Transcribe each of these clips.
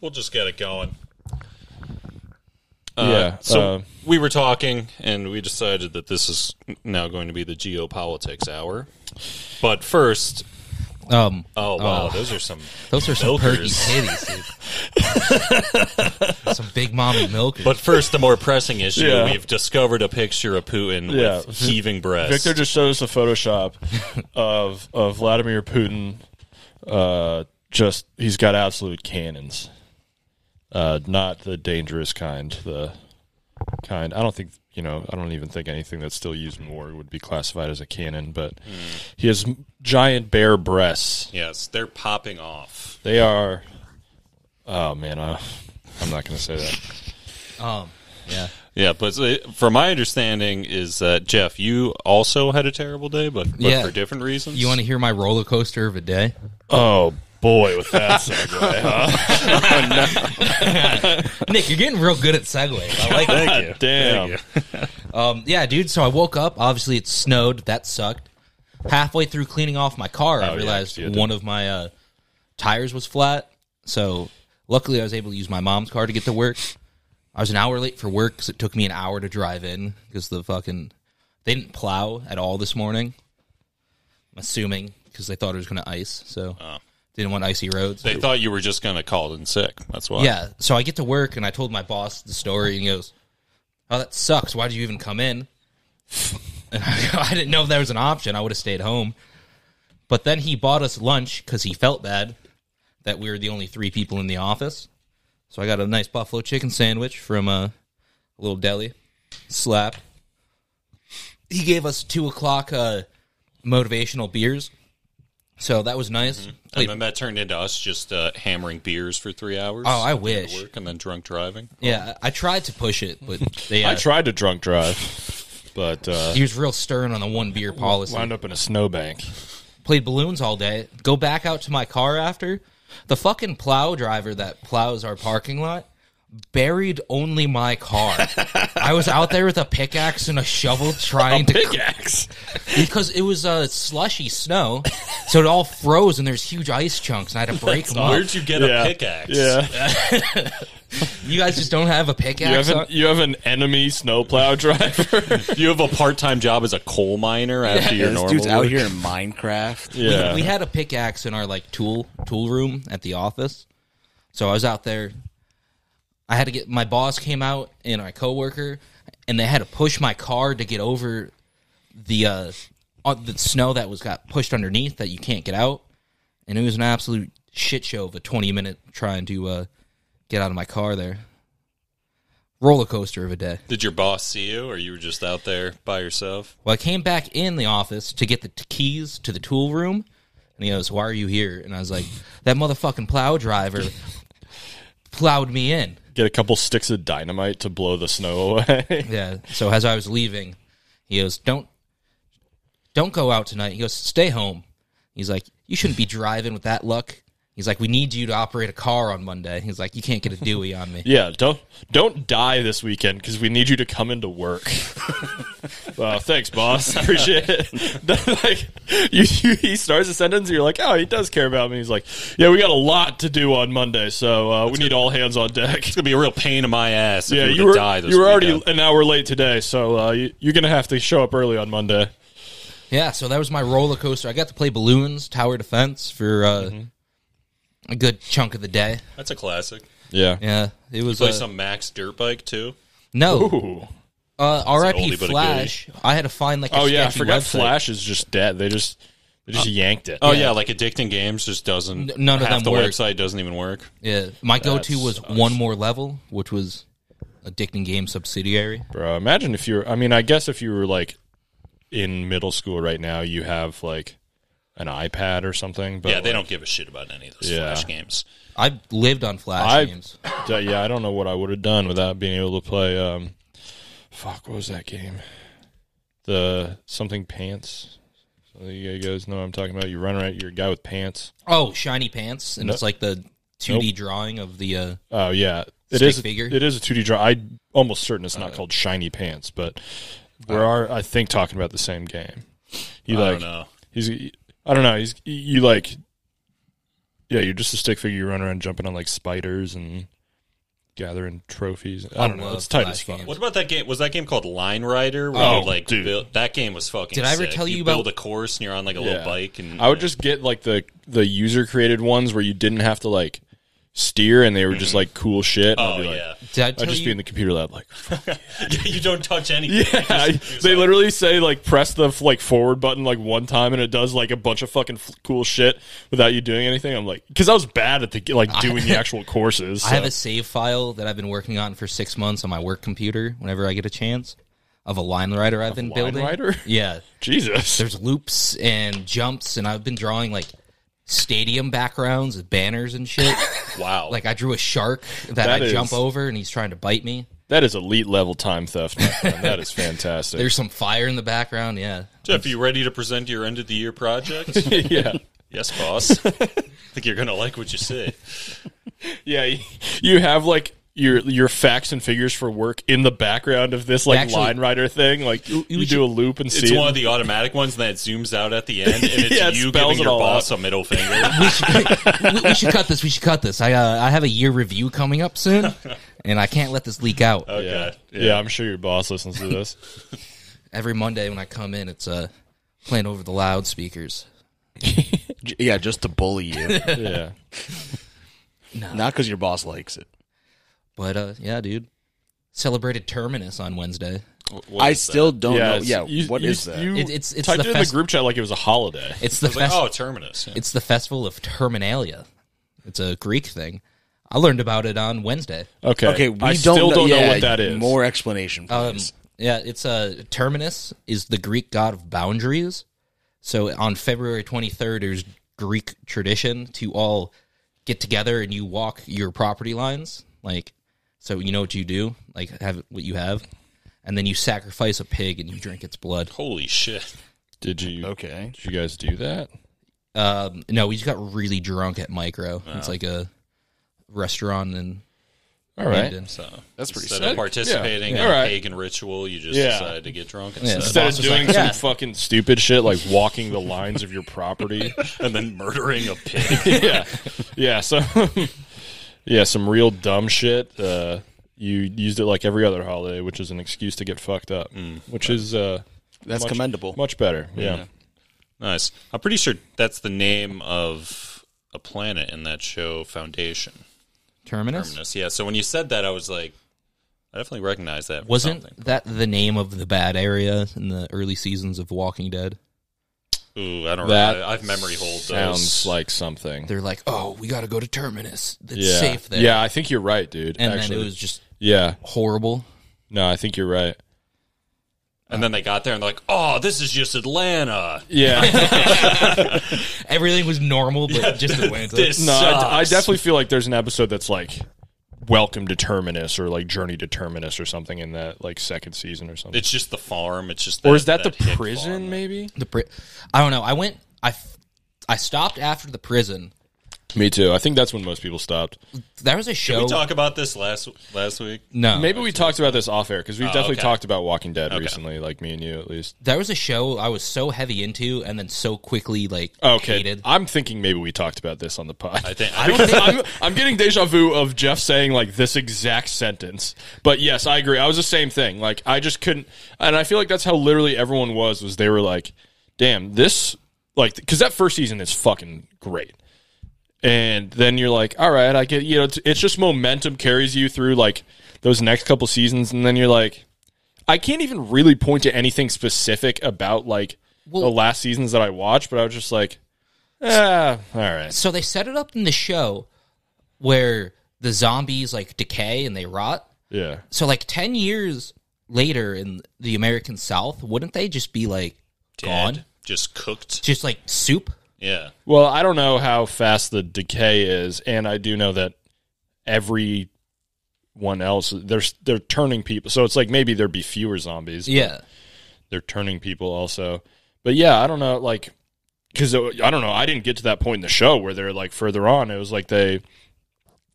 we'll just get it going. Yeah, So uh, we were talking, and we decided that this is now going to be the geopolitics hour. But first, Um, oh wow, those are some those are some perky milkers. titties, dude. some big mommy milkers. But first, the more pressing issue: Yeah. we've discovered a picture of Putin Yeah. with heaving breasts. Victor just showed us a Photoshop of of Vladimir Putin. Uh, just he's got absolute cannons. Uh, not the dangerous kind. The kind I don't think you know. I don't even think anything that's still used in war would be classified as a cannon. But he has giant bare breasts. yes, they're popping off. They are. Oh man, I, I'm not going to say that. um, yeah. Yeah, but uh, from my understanding is that Jeff, you also had a terrible day, but, but Yeah. for different reasons. You want to hear my roller coaster of a day? Oh boy, with that segue, huh? Nick, you're getting real good at segues. I like it. Thank you. Damn. Thank you. Um, yeah, dude. So I woke up. Obviously, it snowed. That sucked. Halfway through cleaning off my car, Oh, yeah, I realized I see it. one of my uh, tires was flat. So luckily, I was able to use my mom's car to get to work. I was an hour late for work because it took me an hour to drive in because the fucking they didn't plow at all this morning. I'm assuming because they thought it was going to ice, so Oh. didn't want icy roads. They thought you were just going to call in sick. That's why. Yeah. So I get to work and I told my boss the story and he goes, Oh, that sucks. Why did you even come in? And I, go, I didn't know if there was an option. I would have stayed home. But then he bought us lunch because he felt bad that we were the only three people in the office. So I got a nice buffalo chicken sandwich from uh, a little deli. Slap. He gave us two o'clock uh, motivational beers. So that was nice. Mm-hmm. And then that turned into us just uh, hammering beers for three hours. Oh, I after wish. Work and then drunk driving. Yeah, I I tried to push it, but they, I uh, tried to drunk drive, but uh, He was real stern on the one beer policy. wound up in a snowbank. Played balloons all day. Go back out to my car after. The fucking plow driver that plows our parking lot buried only my car. I was out there with a pickaxe and a shovel trying to Pickaxe. because it was uh, slushy snow, so it all froze and there's huge ice chunks and I had to break them up. Where'd you get Yeah. a pickaxe? Yeah, You guys just don't have a you pickaxe. have an on- you have an enemy snowplow driver. You have a part-time job as a coal miner after your this normal. dude's out work? here in Minecraft. yeah, we had a pickaxe in our like tool tool room at the office. So I was out there. I had to get my boss came out and my coworker, and they had to push my car to get over the uh, uh, the snow that was got pushed underneath that you can't get out. And it was an absolute shit show of a twenty minute trying to uh, get out of my car there. Roller coaster of a day. Did your boss see you, or you were just out there by yourself? Well, I came back in the office to get the t- keys to the tool room, and he goes, "Why are you here?" And I was like, "That motherfucking plow driver plowed me in." Get a couple sticks of dynamite to blow the snow away. Yeah. So as I was leaving, he goes, "Don't, don't go out tonight." He goes, "Stay home." He's like, "You shouldn't be driving with that luck." He's like, "We need you to operate a car on Monday." He's like, "You can't get a Dewey on me." yeah, don't don't die this weekend because we need you to come into work. Well, thanks, boss. Appreciate it. like you, you, he starts a sentence, and you're like, oh, he does care about me. He's like, yeah, we got a lot to do on Monday, so uh, we need all hands on deck. It's gonna be a real pain in my ass. If Yeah, you were, you to were, die this you were already weekend. an hour late today, so uh, you, you're going to have to show up early on Monday. Yeah, so that was my roller coaster. I got to play balloons, tower defense for uh, Mm-hmm. a good chunk of the day. That's a classic. Yeah. Yeah, it was Play uh, some Max dirt bike too. no. Ooh. Uh, R.I.P. oldie but a Flash. I had to find like. A Oh yeah, I sketchy forgot website. Flash is just dead. They just they just yanked it. Oh yeah, like addicting games just doesn't. N- none of half them the work. website doesn't even work. Yeah, my go-to was sucks. one more level, which was addicting game subsidiary. bro. Imagine if you're. I mean, I guess if you were like in middle school right now, you have like an iPad or something. But yeah, they like, don't give a shit about any of those Yeah. Flash games. I lived on Flash I- games. d- yeah, I don't know what I would have done without being able to play. Um, fuck, what was that game? The something pants. So you guys know what I'm talking about. You run around. You're a guy with pants. Oh, shiny pants, and No- it's like the 2D drawing of the. Uh, Oh yeah, it Stick is. figure? Oh. It is a two D draw. I almost certain it's not called Shiny Pants, but we are I think talking about the same game. You Oh. I like don't know. he's I don't know he's you like Yeah, you're just a stick figure. You run around jumping on like spiders and gathering trophies. I don't know. love It's tight flash as fuck. games. What about that game? Was that game called Line Rider? Where Oh, you, like dude. build- that game was fucking. Did I ever sick. tell you you about- build a course and you're on like a Yeah. little bike and I would just get like the the user created ones where you didn't have to like steer and they were just like cool shit. and I'd Mm-hmm. oh be like- yeah, Did I I'd tell just you? be in the computer lab like you don't touch anything. Yeah, they literally say like press the like forward button like one time and it does like a bunch of fucking f- cool shit without you doing anything. I'm like, because I was bad at the like doing the actual courses. I have so- a save file that I've been working on for six months on my work computer. Whenever I get a chance, of a line rider I've been line building. rider? Yeah, Jesus. there's loops and jumps, and I've been drawing like stadium backgrounds with banners and shit. Wow. like I drew a shark that, That I is- jump over, and he's trying to bite me. That is elite level time theft. my friend. that is fantastic. There's some fire in the background. Yeah, Jeff, are you ready to present your end of the year project? yeah, yes, boss. I think you're gonna like what you say. yeah. y- You have like your your facts and figures for work in the background of this like Actually- line rider thing. Like you, you do a loop and see. It's it. one of the automatic ones that zooms out at the end, and it's Yeah, it you spells giving it your all boss a middle finger. we should, we, we should cut this. We should cut this. I uh, I have a year review coming up soon, and I can't let this leak out. Okay. yeah. Yeah. Yeah. I'm sure your boss listens to this. Every Monday when I come in, it's uh, playing over the loudspeakers. J- Yeah, just to bully you, yeah. not because your boss likes it. But uh, yeah, dude, celebrated terminus on Wednesday. What I is that? still don't know. it's- Oh, Yeah, what you- is you- that? You It- it's- it's typed the it in fest- the group chat like it was a holiday. It's the I was like, fest- oh, terminus. Yeah. It's the festival of terminalia. It's a Greek thing. I learned about it on Wednesday. Okay. okay, we I don't still know, don't know yeah, what that is. More explanation, Um, please. yeah, it's uh, terminus is the Greek god of boundaries. So on February 23rd, there's Greek tradition to all get together and you walk your property lines, like so you know what you do, like have what you have, and then you sacrifice a pig and you drink its blood. Holy shit! did you okay, did you guys do that? Um, no, we just got really drunk at Micro. It's like a restaurant in All right. London. So That's pretty instead sick. of participating Yeah. in Alright. a pagan ritual, you just Yeah. decided to get drunk and, Yeah. stuff. Instead of boss was doing like, some "Yeah." fucking stupid shit like walking the lines of your property. and then murdering a pig. yeah. Yeah, so yeah, some real dumb shit. Uh you used it like every other holiday, which is an excuse to get fucked up, which is uh that's much- commendable. Much better. Yeah. Nice. I'm pretty sure that's the name of a planet in that show, Foundation. Terminus. Terminus. Yeah. So when you said that, I was like, I definitely recognize that. from Wasn't something. that the name of the bad area in the early seasons of Walking Dead? Ooh, I don't. That That I, have memory hold. Sounds Those. like something. They're like, "Oh, we got to go to Terminus. It's yeah. safe there." Yeah, I think you're right, dude. and actually. then it was just yeah. horrible. No, I think you're right. and then they got there and they're like, oh, this is just Atlanta. Yeah, Everything was normal, but just Atlanta. This no, sucks. I, I definitely feel like there's an episode that's like Welcome to Terminus or like Journey to Terminus or something in that like second season or something. It's just the farm. It's just. or is that, the hick prison? farm. Maybe. The pri- I don't know. I went. I f- I stopped after the prison. Me too. I think that's when most people stopped. There was a Did show. we talk about this last last week? no, Maybe we talked about this off air because we've definitely okay. talked about Walking Dead recently, like me and you at least. there was a show I was so heavy into, and then so quickly like Okay, hated. I'm thinking maybe we talked about this on the pod. I think. I I don't think I'm, I'm getting deja vu of Jeff saying like this exact sentence. But yes, I agree. I was the same thing. Like I just couldn't, and I feel like that's how literally everyone was. Was they were like, "Damn, this like," because that first season is fucking great. And then you're like, "All right, I get." You know, it's, it's just momentum carries you through like those next couple seasons, and then you're like, I can't even really point to anything specific about like the last seasons that I watched, but I was just like. Ah, all right. so they set it up in the show where the zombies like decay and they rot. Yeah. so like 10 years later in the american south wouldn't they just be like dead, gone Just cooked. just like soup Yeah. Well, I don't know how fast the decay is, and I do know that everyone else they're they're turning people. So it's like maybe there'd be fewer zombies. but yeah they're turning people also. But yeah, I don't know, like because I don't know, I didn't get to that point in the show where they're like further on. It was like they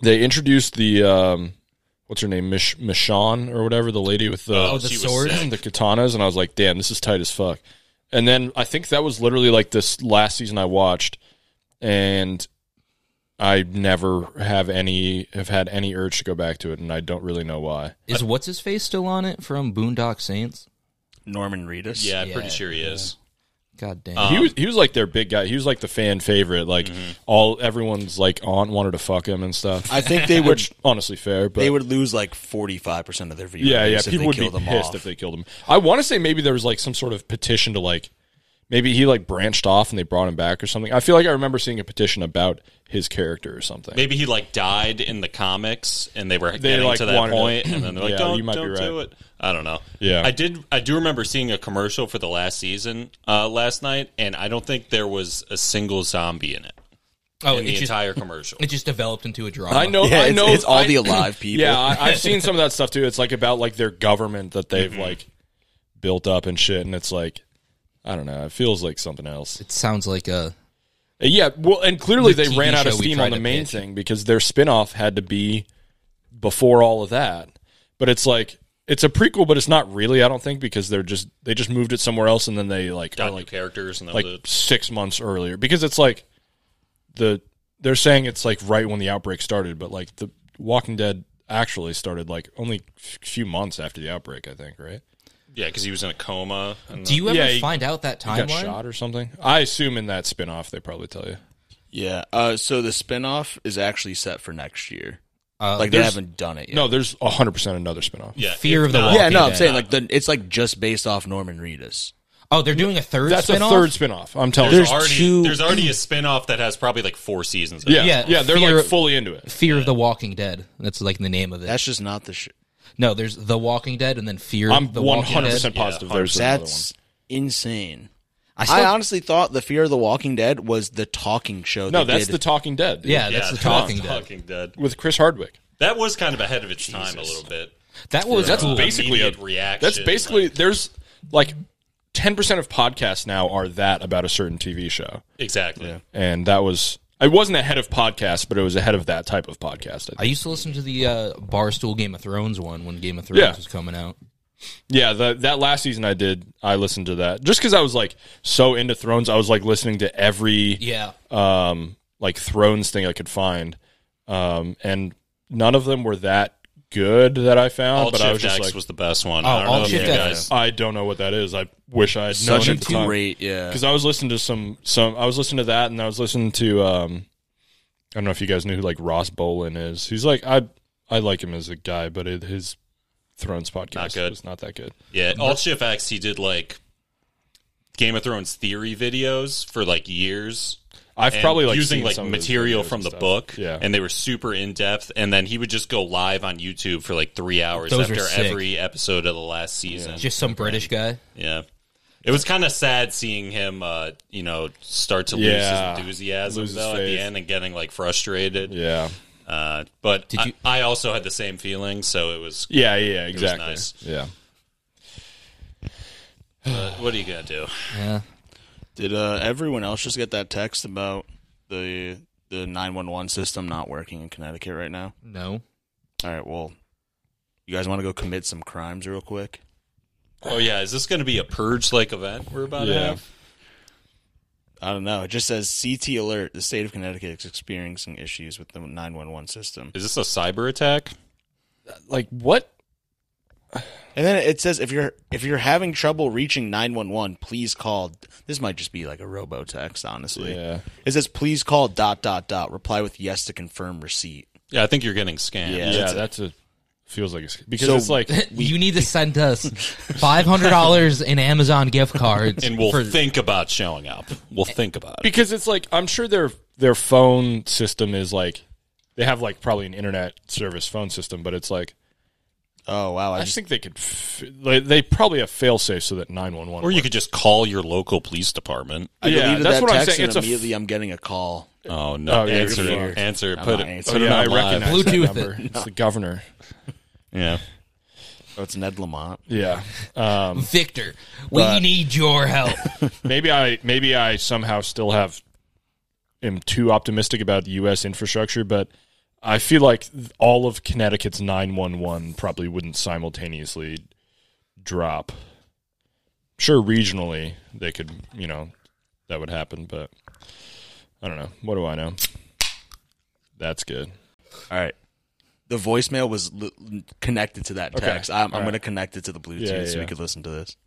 they introduced the um, what's her name, Mish Michonne or whatever, the lady with the Oh, the she was sword? sick. the katanas, and I was like, damn, this is tight as fuck. And then I think that was literally like this last season I watched, and I never have any have had any urge to go back to it, and I don't really know why. Is what's his face still on it from Boondock Saints? Norman Reedus. Yeah, I'm pretty Yeah, sure he is. God damn. he Um, was he was like their big guy. He was like the fan favorite. Like all everyone's like aunt wanted to fuck him and stuff. Mm-hmm. I think they would which honestly fair, but they would lose like forty five percent of their viewer yeah, yeah, base if people they would be killed them pissed off. if they killed him. I want to say maybe there was like some sort of petition to like maybe he like branched off and they brought him back or something. I feel like I remember seeing a petition about his character or something. Maybe he like died in the comics, and they were getting like, to that wanted to- point, and then they're like, Yeah, "Don't, you might be don't do right. it." I don't know. Yeah. I did. I do remember seeing a commercial for the last season uh, last night, and I don't think there was a single zombie in it oh, in it the just, entire commercial. it just developed into a drama. I know, Yeah, Oh, I it's, know, it's all I- the alive people. Yeah, I, I've seen some of that stuff too. It's like about like their government that they've Mm-hmm. like built up and shit, and it's like I don't know. It feels like something else. It sounds like a Uh, Yeah, well, and clearly The they TV ran out of show we steam tried on the to main pitch. thing because their spinoff had to be before all of that. But it's like it's a prequel, but it's not really. I don't think because they're just they just moved it somewhere else, and then they like are Got like new characters, and that like was it. six months earlier because it's like the they're saying it's like right when the outbreak started, but like the Walking Dead actually started like only f- few months after the outbreak, I think, right? yeah, because he was in a coma. And Do you ever Yeah, he- find out that Got timeline? shot or something. I assume in that spinoff they probably tell you. Yeah. Uh, so the spinoff is actually set for next year. Uh, like they there's- haven't done it yet. No, there's 100% another spinoff. yeah, Fear if of the not- Walking Yeah, no, I'm Dead. saying like the it's like just based off Norman Reedus. Oh, they're doing a third That's spinoff? a third spinoff. I'm telling There's you. already two- there's already a spin-off that has probably like four seasons. of it. Yeah, yeah, Yeah, they're fear- like fully into it. Fear of the Walking Dead. That's like the name of it. That's just not the shit. no, there's The Walking Dead and then Fear I'm of the Walking 100 Dead. percent positive Yeah, there's another one. That's insane. I I, still- honestly thought the Fear of the Walking Dead was the talking show. No, they that's the did. Talking Dead. dude, Yeah, Yeah, that's the that Talking was Dead. Talking Dead. with Chris Hardwick. That was kind of ahead of its time a little bit. Uh, That was That's cool. basically a Immediate reaction, That's basically there's like ten percent of podcasts now are that about a certain TV show, Exactly. and that was I wasn't ahead of podcasts, but it was ahead of that type of podcast. I I think. used to listen to the uh, Barstool Game of Thrones one when Game of Thrones Yeah. was coming out. yeah, the, that last season I did, I listened to that just because I was like so into Thrones. I was like listening to every Yeah. um, like Thrones thing I could find, um, and none of them were that good that I found. All but I was Shift just X like, was the best one. Oh, I don't All know if you Shift X. guys. I don't know what that is. I wish I had such known a at the time. great. Yeah, because I was listening to some some I was listening to that and I was listening to um I don't know if you guys knew who like Ross Bolin is. He's like I I like him as a guy, but it, his Thrones podcast Not good. was not that good. Yeah, Alt Shift X. He did like Game of Thrones theory videos for like years. I've and probably like using seen like some of his material videos from and the stuff. book, Yeah, and they were super in depth. And then he would just go live on YouTube for like three hours Those were after sick. every episode of the last season. Yeah, Just some British guy. it was kind of sad seeing him, uh, you know, start to Yeah. lose his enthusiasm Lose his though, at the faith. end and getting like frustrated. yeah, Uh, but Did I- you- I, also had the same feeling, so it was. yeah, yeah, exactly. nice. Yeah, uh, what are you gonna do? Yeah. did uh, everyone else just get that text about the the nine one one system not working in Connecticut right now? No. All right, well, you guys want to go commit some crimes real quick? Oh yeah, is this gonna be a purge like event we're about to Yeah. have? I don't know. It just says CT alert. The state of Connecticut is experiencing issues with the nine one one system. Is this a cyber attack? like what? And then it says if you're if you're having trouble reaching 911, please call. This might just be like a robotext, honestly. Yeah, It says please call dot dot dot. Reply with yes to confirm receipt. Yeah, I think you're getting scammed. Yeah. yeah, that's a- that's a feels like it's because So- it's like you need to send us $500 in Amazon gift cards. And we'll for- think about showing up. We'll think about it. because it's like I'm sure their their phone system is like they have like probably an internet service phone system, but it's like Oh wow! I I just, just think they could. F- they, they probably have fail safe so that nine one one. Or you could just call your local police department. I yeah, deleted that's that what I'm text saying. and It's a f- immediately i I'm getting a call. Oh no! Oh, yeah, answer, you're it. fired. answer it. I'm Put not it. answering. Put it Oh, yeah, I on live. recognize Bluetooth that number. It's the governor. Yeah. Oh, it's Ned Lamont. Yeah. Um, Victor, we need your help. maybe I maybe I somehow still have am too optimistic about the U.S. infrastructure, but I feel like th- all of Connecticut's nine one one probably wouldn't simultaneously drop. Sure, regionally they could, you know, that would happen, but I don't know. What do I know? That's good. All right. The voicemail was l- connected to that text. I'm, I'm going to connect it to the Bluetooth Yeah, yeah, so we yeah. could listen to this.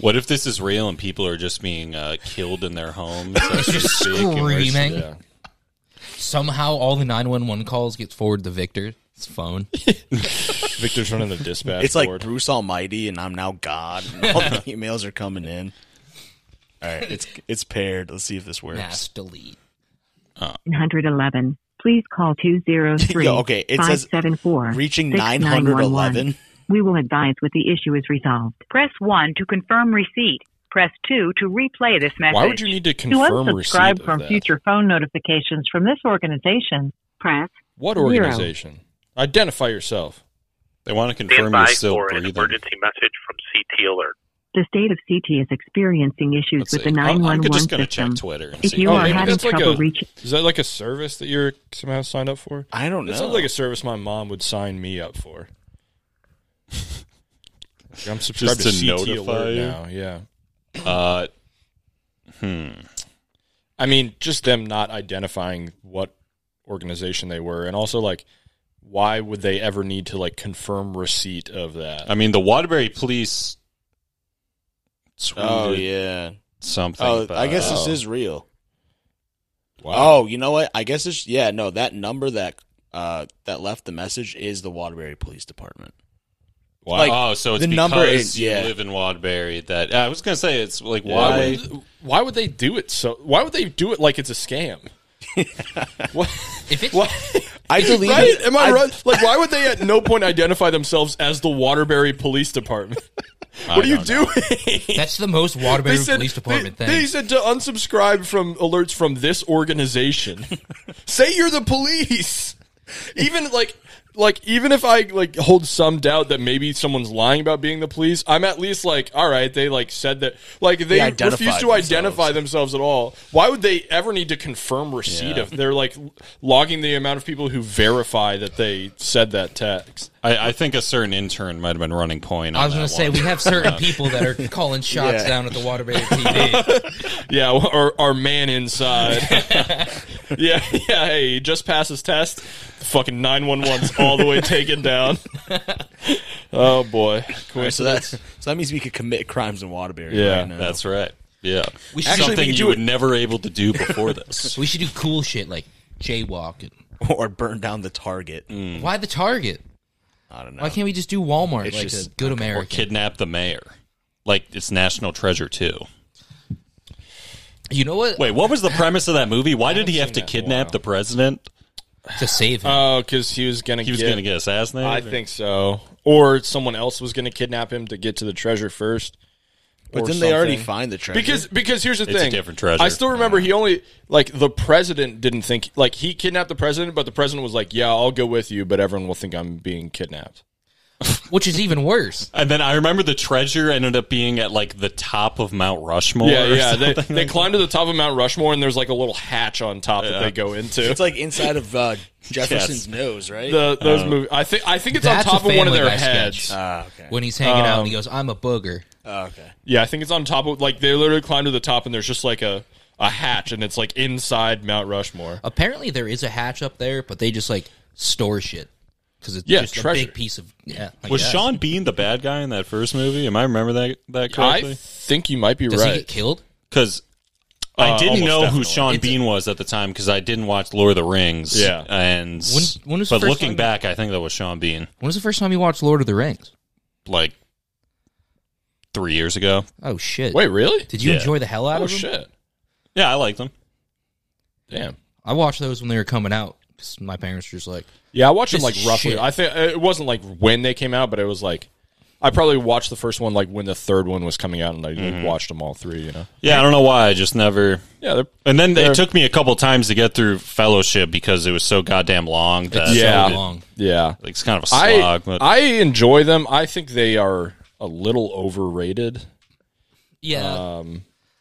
What if this is real and people are just being uh, killed in their homes? That's Just sick and we're- screaming. Yeah. Somehow all the 911 calls gets forwarded to Victor's phone. Victor's running the dispatch It's like board. Bruce Almighty and I'm now God. And all the emails are coming in. All right, it's it's paired. Let's see if this works. Mass delete. Oh, 911. Please call 203 Yeah, okay, it says 574 reaching 6911. 911. We will advise when the issue is resolved. Press 1 to confirm receipt. Press 2 to replay this message. Why would you need to To confirm receipt unsubscribe of from that? future phone notifications from this organization, Press What Zero. organization? Identify yourself. They want to confirm Stand you're by still for an breathing. emergency message from CT Alert. the state of CT is experiencing issues Let's with see. the I'm, I'm 911 just going to system. check Twitter and If see. you Oh, are maybe having that's like trouble a- reaching, Is that like a service that you're somehow signed up for? I don't That know. sounds like a service my mom would sign me up for. Like, I'm subscribed Just to to, CT notify Alert you? now. Yeah. Uh, I mean, just them not identifying what organization they were, and also like, why would they ever need to like confirm receipt of that? I mean, the Waterbury Police tweeted oh yeah. something. Oh, about I guess it. this is real. Wow. Oh, you know what? I guess it's yeah. No, that number that uh that left the message is the Waterbury Police Department. Wow. like, oh, so it's the because number is- yeah. you live in Wadbury. That I was going to say it's like why why would, why would they do it so why would they do it like it's a scam what, If it's what I believe. right am i right like why would they at no point identify themselves as the waterbury police department what are you doing that's the most Waterbury They said- Police Department they, thing. they said to unsubscribe from alerts from this organization. Say you're the police. Even like like even if I like hold some doubt that maybe someone's lying about being the police, I'm at least like, all right, they like said that like they, identified refuse to themselves. identify themselves at all. Why would they ever need to confirm receipt Yeah. if they're like logging the amount of people who verify that they said that text? I, I think a certain intern might have been running point. I was going to say we have certain people that are calling shots Yeah. down at the Waterbury TV. Yeah, or our man inside. yeah, yeah. Hey, he just passed his test. Fucking nine one one's all the way taken down. oh boy, All right, so that's so that means we could commit crimes in Waterbury. Yeah, right now. That's right. Yeah, We should- Actually, we something could you do were it. never able to do before this. we should do cool shit like jaywalking. or burn down the Target. Mm. Why the Target? I don't know. Why can't we just do Walmart It's like just- a good or American? kidnap the mayor. Like it's National Treasure too. You know what? Wait, what was the premise of that movie? Why did he have to kidnap the president? To save him. Oh, because he was gonna. He was get- going to get assassinated. I think so, or someone else was gonna kidnap him to get to the treasure first. but or then they already something. find the treasure. Because because here's the It's a thing, different treasure. I still remember he only like the president didn't think like he kidnapped the president, but the president was like, "Yeah, I'll go with you," but everyone will think I'm being kidnapped. Which is even worse. And then I remember the treasure ended up being at like the top of Mount Rushmore. Yeah, or yeah. They, something they like climb to the top of Mount Rushmore, and there's like a little hatch on top that they go into. it's like inside of uh, Jefferson's nose, right? the, those movie. I think I think it's on That's a top of one of Family their Guy sketch. Uh. heads. Ah, okay. When he's hanging out and Um, he goes, I'm a booger. Ah, okay. Yeah, I think it's on top of like they literally climb to the top, and there's just like a a hatch, and it's like inside Mount Rushmore. Apparently there is a hatch up there, but they just like store shit. Because it's Yeah, just treasure. a big piece of. Yeah. I Was guess. Sean Bean the bad guy in that first movie? Am I remember that that I correctly? think you might be Does right. he get killed? Because Uh, I didn't almost know who definitely. Sean It's- Bean was at the time because I didn't watch Lord of the Rings. Yeah. and When- when was the but first looking time- back, I think that was Sean Bean When was the first time you watched Lord of the Rings? like three years ago. Oh, shit. Wait, really? Did you Yeah. enjoy the hell out Oh of them? shit! Yeah, I liked them. Damn. I watched those when they were coming out. 'cause my parents were just like, Yeah, I watched them This like is roughly. shit. I think uh, it wasn't like when they came out, but it was like I probably watched the first one like when the third one was coming out, and I like, watched them all three. You know? Yeah, I don't know why. I just never. Yeah, they're And then They're- it took me a couple times to get through Fellowship because it was so goddamn long. That so Yeah. long. yeah. like, it's kind of a I slog. but I enjoy them. I think they are a little overrated. Yeah. Uh,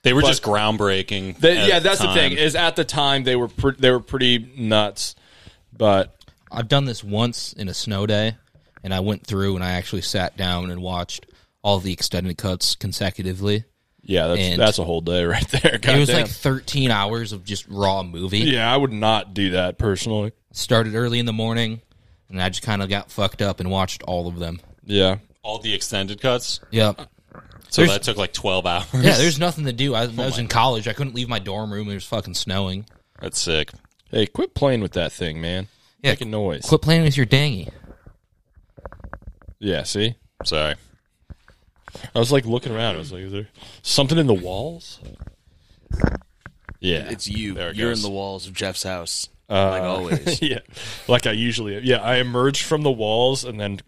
they were just groundbreaking. They, at yeah, that's the time. thing. Is at the time they were pre- they were pretty nuts, but I've done this once in a snow day, and I went through and I actually sat down and watched all the extended cuts consecutively. Yeah, that's And- that's a whole day right there. it was Goddamn. like 13 hours of just raw movie. yeah, I would not do that personally. Started early in the morning, and I just kind of got fucked up and watched all of them. Yeah, All the extended cuts. Yep. So There's- that took like 12 hours. Yeah, there's nothing to do. I, I was in college. I couldn't leave my dorm room. It was fucking snowing. That's sick. hey, quit playing with that thing, man. Yeah, Making noise. Quit playing with your dinghy. Yeah, see, Sorry. I was like looking around. I was like, is there something in the walls? Yeah, It's you. There it You're goes. in the walls of Jeff's house, Uh, like always. yeah, like I usually. Yeah, I emerged from the walls and then,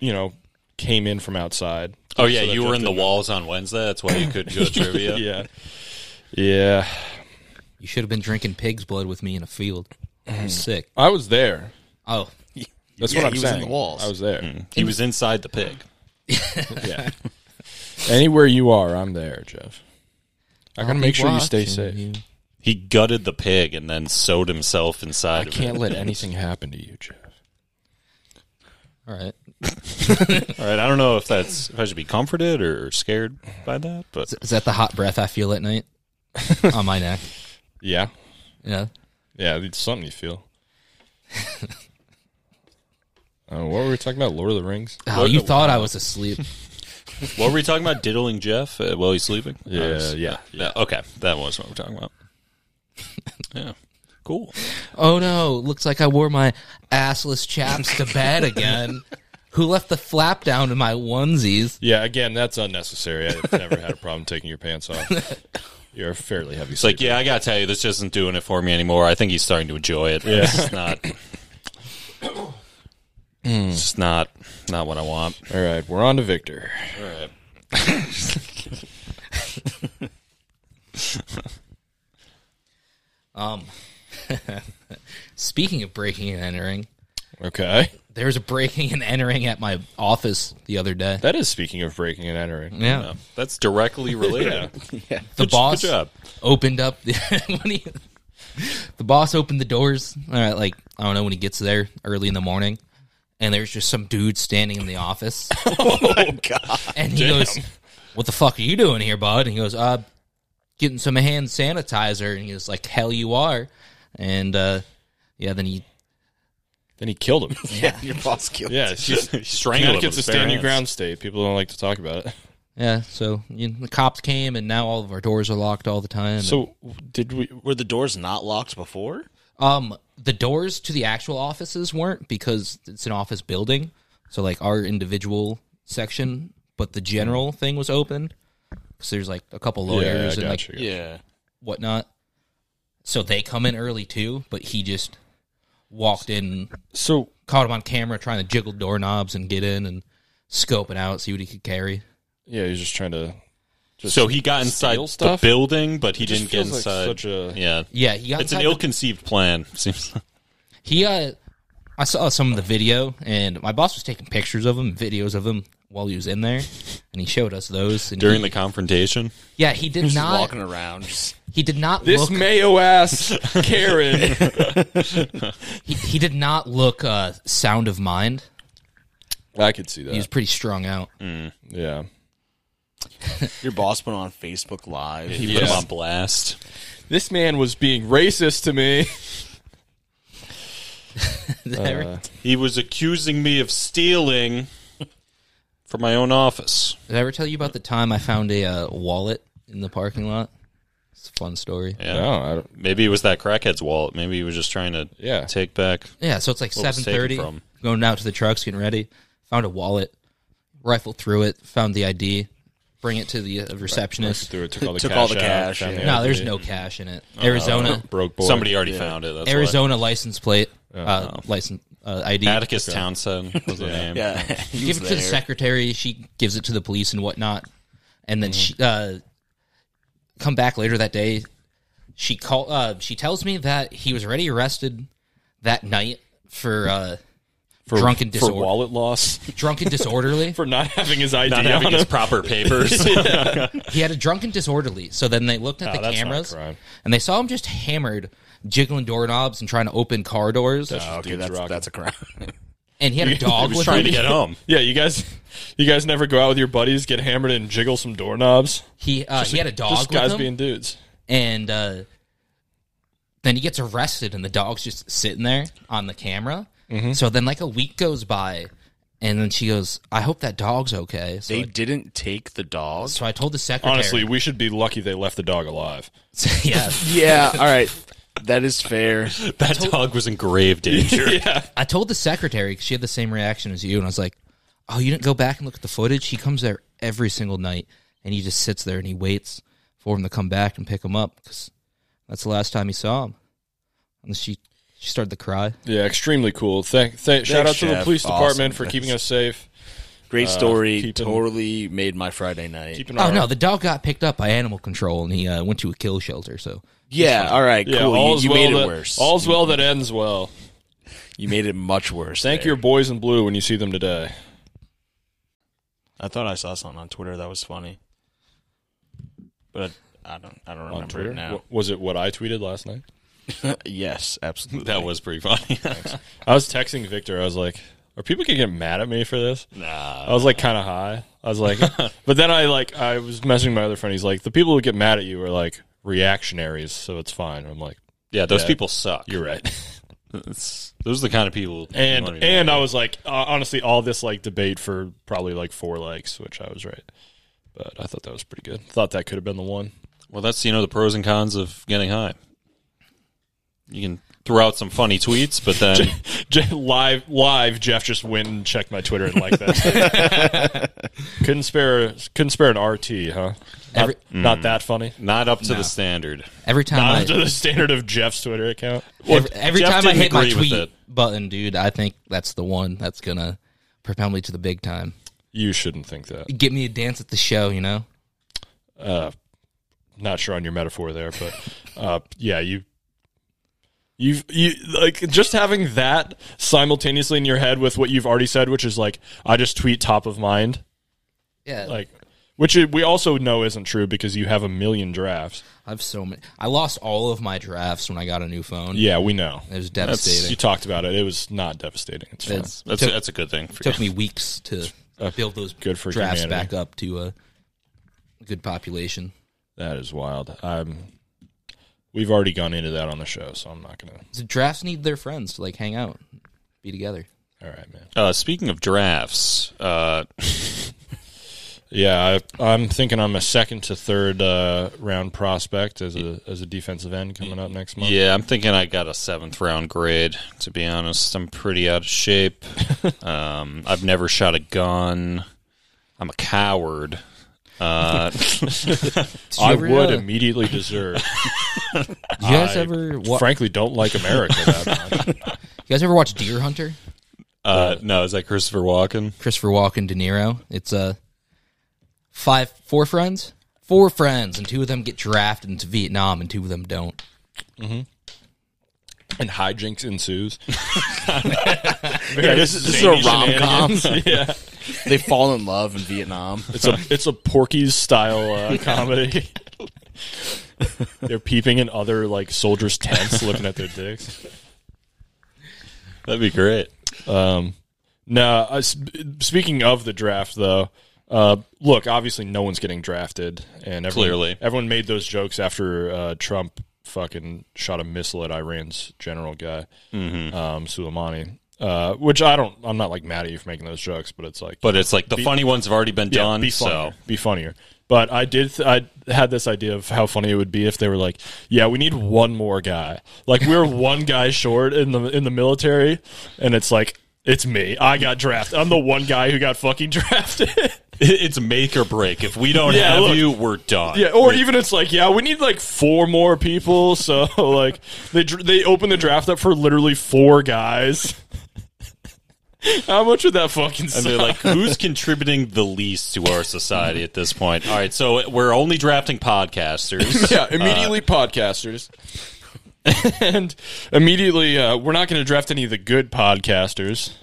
you know, came in from outside. Oh, yeah, So that you were in jumped the walls on Wednesday. That's why you couldn't go to trivia. Yeah, yeah. You should have been drinking pig's blood with me in a field. It was sick. I was there. Mm. Oh, That's Yeah, what I'm he was in saying. the walls. I was there. He was inside the pig. Yeah. Anywhere you are, I'm there, Jeff. I gotta I'll make be sure you stay watching safe. you. He gutted the pig and then sewed himself inside I of can't it. let anything happen to you, Jeff. All right. All right, I don't know if that's if I should be comforted or scared by that, but Is that the hot breath I feel at night on my neck? Yeah, Yeah. yeah. It's something you feel. uh, what were we talking about? Lord of the Rings. Oh, you thought I was asleep. what were we talking about? Diddling Jeff uh, while he's sleeping? Yeah, I was- yeah, yeah. Okay, that was what we're talking about. yeah, cool. Oh no, looks like I wore my assless chaps to bed again. Who left the flap down in my onesies? Yeah, again, that's unnecessary. I've never had a problem taking your pants off. You're a fairly heavy. It's like, yeah, I gotta tell you, this isn't doing it for me anymore. I think he's starting to enjoy it. Yeah, it's not. It's just not not what I want. All right, we're on to Victor. All right. Um, speaking of breaking and entering, Okay, there was a breaking and entering at my office the other day. that is speaking of breaking and entering. Yeah, No, that's directly related. the boss Good job. opened up. The, when he, the boss opened the doors. All right, like I don't know when he gets there early in the morning, and there's just some dude standing in the office. Oh, God. And he goes, "What the fuck are you doing here, bud?" And he goes, "Uh, getting some hand sanitizer." And he was like, "Hell, you are." And uh, yeah, then he Then he killed him. Yeah, your boss killed. yeah, it's just He strangled him Connecticut's a with his bare stand your hands. ground state. People don't like to talk about it. yeah. So you know, the cops came, and now all of our doors are locked all the time. So did we? Were the doors not locked before? um, the doors to the actual offices weren't because it's an office building. So like our individual section, but the Mm. general thing was open. Because there's like a couple lawyers and like Yeah. whatnot. So they come in early too, but he just walked in, So caught him on camera trying to jiggle doorknobs and get in and scoping out, see what he could carry. yeah, he's just trying to. Just So he got inside steal stuff? the building, but he It just didn't get feels inside. like such a- yeah, Yeah, he got it's an inside the- ill-conceived plan. Seems. He, uh, I saw some of the video, and my boss was taking pictures of him, videos of him while he was in there, and he showed us those. And during he- the confrontation. yeah, he did Just not, walking around. Just, he did not This look, mayo ass Karen. he, he did not look uh, sound of mind. I could see He was that. pretty strung out. Mm. Yeah. your boss put on Facebook Live. He Yeah. put him on blast. This man was being racist to me. Uh. Every- He was accusing me of stealing from my own office. Did I ever tell you about the time I found a uh, wallet in the parking lot? It's a fun story. Yeah, Yeah. No, I don't. Maybe it was that crackhead's wallet. Maybe he was just trying to Yeah. take back. so it's like What was seven taken thirty. from? Going out to the trucks, getting ready. Found a wallet. Rifled through it. Found the ID. Bring it to the uh, receptionist. Threw it, took all the Took cash. all the out, cash, found the yeah. Oh, No, other there's dude. no cash in it. Arizona, broke boy. Somebody already found it. That's why. Arizona license plate, Oh, uh, license uh, ID. Atticus Townsend was the name. yeah. He Give was it to the there. secretary. She gives it to the police and whatnot. And Mm-hmm. then she uh, come back later that day. She call. Uh, she tells me that he was already arrested that night for uh, for, drunken disorder, for wallet loss drunken disorderly. for not having his ID Not on having his him. proper papers. he had a drunken disorderly. So then they looked at No, the Oh, that's not a cameras crime. and they saw him just hammered, jiggling doorknobs and trying to open car doors. Oh, okay, Dude's that's rocking. that's a crime. and he had a He dog was with trying him. to get home. Yeah, you guys, you guys never go out with your buddies, get hammered, and jiggle some doorknobs. He uh, he had a dog Just with guys him, being dudes. and uh, then he gets arrested, and the dog's just sitting there on the camera. So then, like a week goes by, and then she goes, "I hope that dog's okay." So, They I, didn't take the dog. so I told the secretary, Honestly, we should be lucky they left the dog alive. yeah, Yeah, all right. That is fair. That dog was in grave danger. I told the secretary 'cause she had the same reaction as you, and I was like, "Oh, you didn't go back and look at the footage? He comes there every single night, and he just sits there and he waits for him to come back and pick him up because that's the last time he saw him." And she she started to cry. Yeah, extremely cool. Thank, thank shout out to the Chef. police department for Awesome. keeping us safe. Great Uh, story. keeping- totally made my Friday night. Keeping Oh our, no, the dog got picked up by animal control, and he uh, went to a kill shelter. So yeah, all right, yeah, cool. You, all's you well made it that, worse. All's well that ends well. you made it much worse. Thank there. your boys in blue when you see them today. I thought I saw something on Twitter that was funny, but I don't. I don't On remember Twitter, it now. What- was it what I tweeted last night? yes, absolutely. That was pretty funny. I was texting Victor. I was like, "Are people gonna get mad at me for this?" nah. I was like, kind of high. I was like, but then I like, I was messaging my other friend. He's like, the people who get mad at you are like reactionaries, so it's fine. I'm like, Yeah, those Yeah. people suck. you're right. It's- those are the kind of people. you and wanna be and mad I at. was like, uh, honestly, all this like debate for probably like four likes, which I was right. But I thought that was pretty good. Thought that could have been the one. well, that's you know the pros and cons of getting high. You can throw out some funny tweets, but then Je- live, live. Jeff just went and checked my Twitter and liked that. couldn't spare, couldn't spare an RT, huh? Not, Every- Mm. not that funny. not up to the standard. every time Not I, up to the standard of Jeff's Twitter account. every, every Jeff time I didn't hit my agree with tweet it. button, dude, I think that's the one that's gonna propel me to the big time. You shouldn't think that. Get me a dance at the show, you know. uh, not sure on your metaphor there, but uh, yeah, you, you've you like just having that simultaneously in your head with what you've already said, which is like I just tweet top of mind, Yeah, like which i- we also know isn't true because you have a million drafts. I've so many. I lost all of my drafts when I got a new phone. Yeah, we know. it was You devastating. talked about it. It was not devastating. It's fine. It's- That's took, that's a good thing. For took you. me weeks to build those good for drafts humanity. back up to a good population. That is wild. I'm. We've already gone into that on the show, so I'm not gonna. So drafts need their friends to like hang out, be together. All right, man. Uh, speaking of drafts, uh, Yeah, I, I'm thinking I'm a second to third uh, round prospect as a as a defensive end coming up next month. yeah, I'm thinking I got a seventh round grade. To be honest, I'm pretty out of shape. um, I've never shot a gun. I'm a coward. Uh, Did you I ever, would uh, immediately deserve. You guys I ever? Wa- frankly don't like America that much. you guys ever watch Deer Hunter? uh, no, is that Christopher Walken? Christopher Walken, De Niro. It's uh, five, four friends, four friends, and two of them get drafted into Vietnam, and two of them don't. and hijinks ensues. Yeah, this, is- this is Zany a rom com. shenanigans. yeah, they fall in love in Vietnam. it's a it's a Porky's style uh, comedy. They're peeping in other like soldiers' tents, looking at their dicks. That'd be great. Um, No, uh, sp- speaking of the draft, though, uh, look, obviously no one's getting drafted, and everyone, Clearly. everyone made those jokes after uh, Trump fucking shot a missile at Iran's general guy, Mm-hmm. um, Soleimani. Uh, which I don't, I'm not like mad at you for making those jokes, but it's like, But it's like the funny ones have already been yeah, done. be funnier, so be funnier. But I did, th- I had this idea of how funny it would be if they were like, yeah, we need one more guy. Like we're one guy short in the in the military, and it's like. It's me. I got drafted. I'm the one guy who got fucking drafted. it's make or break. If we don't Yeah, have look. you, we're done. Yeah, or even it's like, yeah, we need like four more people. So like they dr- they open the draft up for literally four guys. How much would that fucking? And they're Suck? like, who's contributing the least to our society at this point? All right, so we're only drafting podcasters. yeah, immediately podcasters. and immediately, uh, we're not going to draft any of the good podcasters.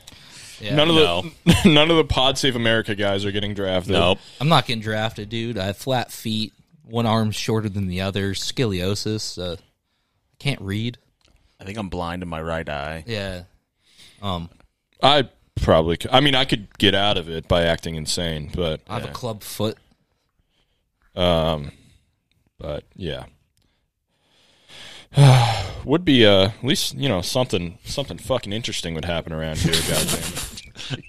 Yeah. none of no. the none of the Pod Save America guys are getting drafted. Nope. I'm not getting drafted, dude. I have flat feet, one arm shorter than the other, scoliosis. Uh, I can't read. I think I'm blind in my right eye. Yeah. Um. I probably. c- I mean, I could get out of it by acting insane, but I have a club foot. Um, but yeah, would be uh, at least you know something something fucking interesting would happen around here. goddamn. it.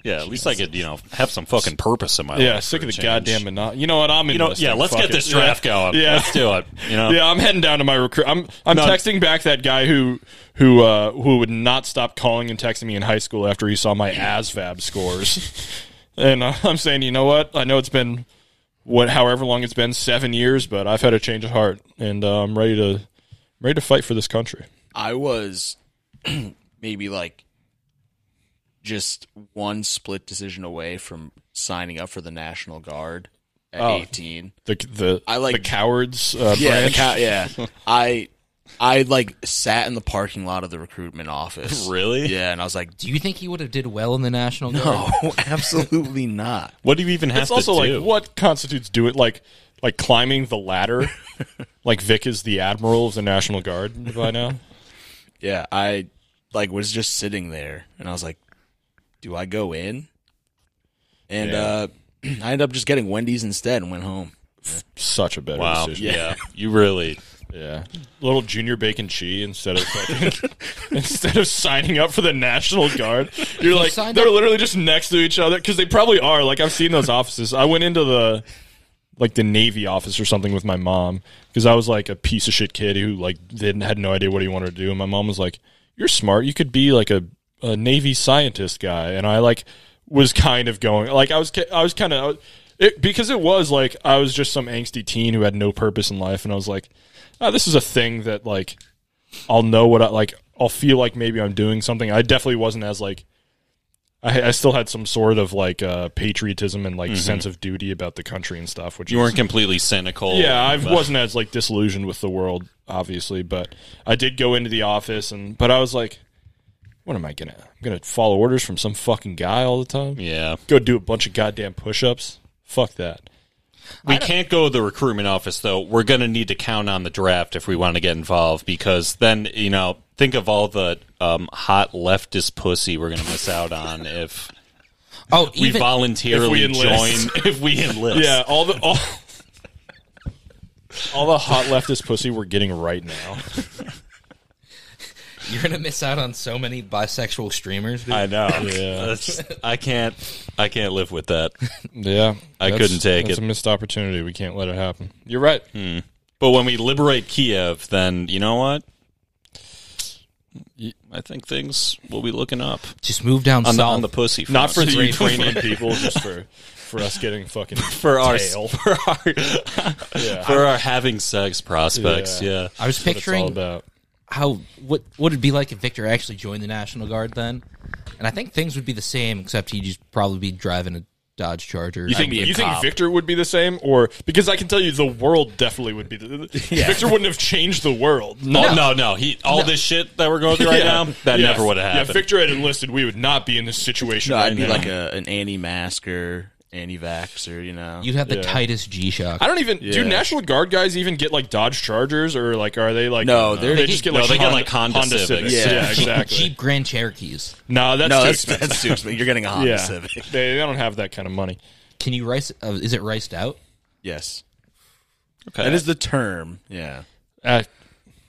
Yeah, at least I could, you know, have some fucking purpose in my life. Yeah, for sick a of the change. goddamn monot. You know what? I'm in. You know, this yeah, thing. let's Fuck get it. this draft Yeah. going. Yeah. Let's do it. You know, Yeah, I'm heading down to my recruit. I'm I'm No. texting back that guy who who uh, who would not stop calling and texting me in high school after he saw my ASVAB scores, and uh, I'm saying, you know what? I know it's been what however long it's been seven years, but I've had a change of heart, and uh, I'm ready to ready to fight for this country. I was maybe like just one split decision away from signing up for the National Guard at Oh. 18. The the I like- the cowards. Uh, Yeah, the branch. cow- yeah. I I like sat in the parking lot of the recruitment office. Really? Yeah, and I was like, Do you think he would have did well in the National Guard? no, absolutely not. what do you even have It's to also do? like what constitutes do it like like climbing the ladder. like Vic is the admiral of the National Guard by now. Yeah, I like was just sitting there, and I was like, do I go in? And Yeah. uh, I ended up just getting Wendy's instead and went home. Such a better Wow. decision. Yeah. you really. Yeah. Little junior bacon chi instead of fucking, instead of signing up for the National Guard. You're like signed they're up- literally just next to each other cuz they probably are. Like I've seen those offices. I went into the like the Navy office or something with my mom cuz I was like a piece of shit kid who like didn't had no idea what he wanted to do and my mom was like you're smart. You could be like a a Navy scientist guy and I like was kind of going like I was ki- I was kind of it, because it was like I was just some angsty teen who had no purpose in life and I was like oh, this is a thing that like I'll know what I like. I'll feel like maybe I'm doing something. I definitely wasn't as like. I, I still had some sort of like uh, patriotism and like sense of duty about the country and stuff, which Mm-hmm. You is- weren't completely cynical. yeah, I but- wasn't as like disillusioned with the world, obviously, but I did go into the office and but I was like, what am I gonna? I'm gonna follow orders from some fucking guy all the time. Yeah. Go do a bunch of goddamn push-ups. Fuck that. We can't go to the recruitment office though. We're going to need to count on the draft if we want to get involved because then you know think of all the um, hot leftist pussy we're going to miss out on if Oh, we even voluntarily if we enlist. join. If we enlist, Yeah, all the all, all the hot leftist pussy we're getting right now. you're gonna miss out on so many bisexual streamers. Dude. I know. Yeah. That's- I can't. I can't live with that. Yeah, I couldn't take that's it. a missed opportunity. We can't let it happen. You're right. But when we liberate Kiev, then you know what? I think things will be looking up Just move down on the, south. on the pussy. Front. Not for the Three- Ukrainian people, just for for us getting fucking for our tail. for our Yeah. for our having sex prospects. Yeah. Yeah. I was That's what it's all picturing about. how what would it be like if Victor actually joined the National Guard then? And I think things would be the same, except he'd just probably be driving a Dodge Charger. You think be a you think cop. Victor would be the same, or because I can tell you the world definitely would be. The, Victor wouldn't have changed the world. No, no, no. He all this shit that we're going through right now Yeah. that Yeah. never would have Yeah, happened. if Victor had enlisted, we would not be in this situation. No, right I'd be now. like a, an anti-masker, anti-vaxer, you know. You'd have the Yeah. tightest G Shock. I don't even do Yeah. National Guard guys even get like Dodge Chargers or like are they like uh, No, they're- they just get No, like they get, Honda, like, Honda Civics. Yeah. Yeah. exactly. Jeep Grand Cherokees. No, that's no, too that's expensive. that's too expensive. You're getting a Honda yeah, Civic. they, they don't have that kind of money. Can you rice? Uh, is it riced out? Yes, Okay. that is the term. Yeah, Uh,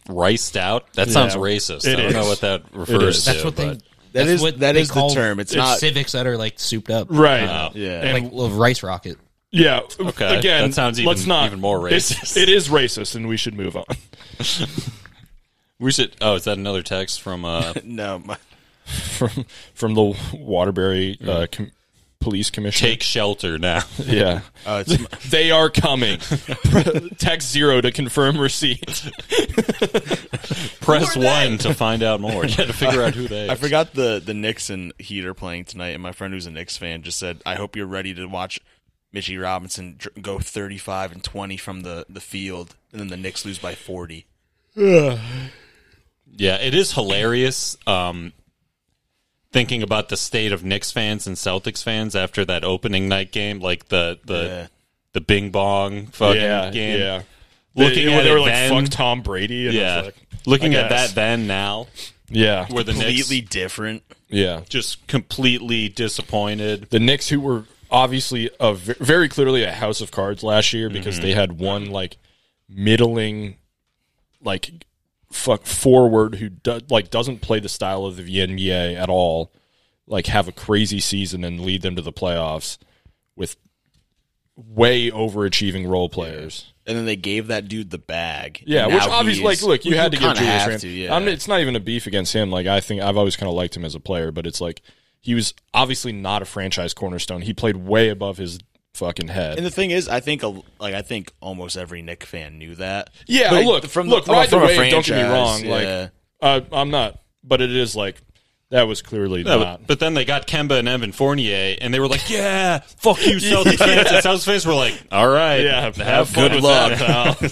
riced out. That Yeah. sounds racist. It I don't is. know what that refers is. to. That's what they. but- That that's is- what that they is the call term. It's their not- civics that are like souped up, right. yeah. And- like a rice rocket. yeah. Oh. Okay, Again, that sounds even- let's not, even more it's- racist. It is racist, and we should move on. we should. Oh, is that another text from? Uh, no, my, from from the Waterbury uh, com- Police Commission. take shelter now. yeah. oh, it's my- They are coming. Text zero to confirm receipt. Press one to find out more. You had to figure out who they. I forgot the the Knicks and Heat are playing tonight, and my friend who's a Knicks fan just said, "I hope you're ready to watch Mitchie Robinson dr- go 35 and 20 from the the field, and then the Knicks lose by 40." Yeah, it is hilarious. Um, thinking about the state of Knicks fans and Celtics fans after that opening night game, like the the Yeah. the Bing Bong fucking game. yeah. Looking They- at they it were like then- fuck Tom Brady. And I was Yeah. like, Looking I at guess. that then now, Yeah, Where the Knicks completely different. yeah. just completely disappointed. The Knicks, who were obviously a ve- very clearly a house of cards last year because they had one like middling, like fuck forward who do, like doesn't play the style of the NBA at all, like have a crazy season and lead them to the playoffs with way overachieving role players. And then they gave that dude the bag. Yeah, And which now obviously, like, he's- look, you, had to give kinda Julius have Randle. to, yeah. I'm, it's not even a beef against him. Like, I think I've always kind of liked him as a player, but it's like he was obviously not a franchise cornerstone. He played way above his fucking head. And the thing is, I think a, like I think almost every Nick fan knew that. yeah, But look, from the- oh, look, ride from the a wave. Don't get me wrong. franchise, yeah. Like, uh, I'm not, but it is like that was clearly No, not. but, but then they got Kemba and Evan Fournier, and they were like, "Yeah, fuck you, Celtics fans." And Celtics fans were like, "All right, Yeah, have, have fun good with luck." that, pal."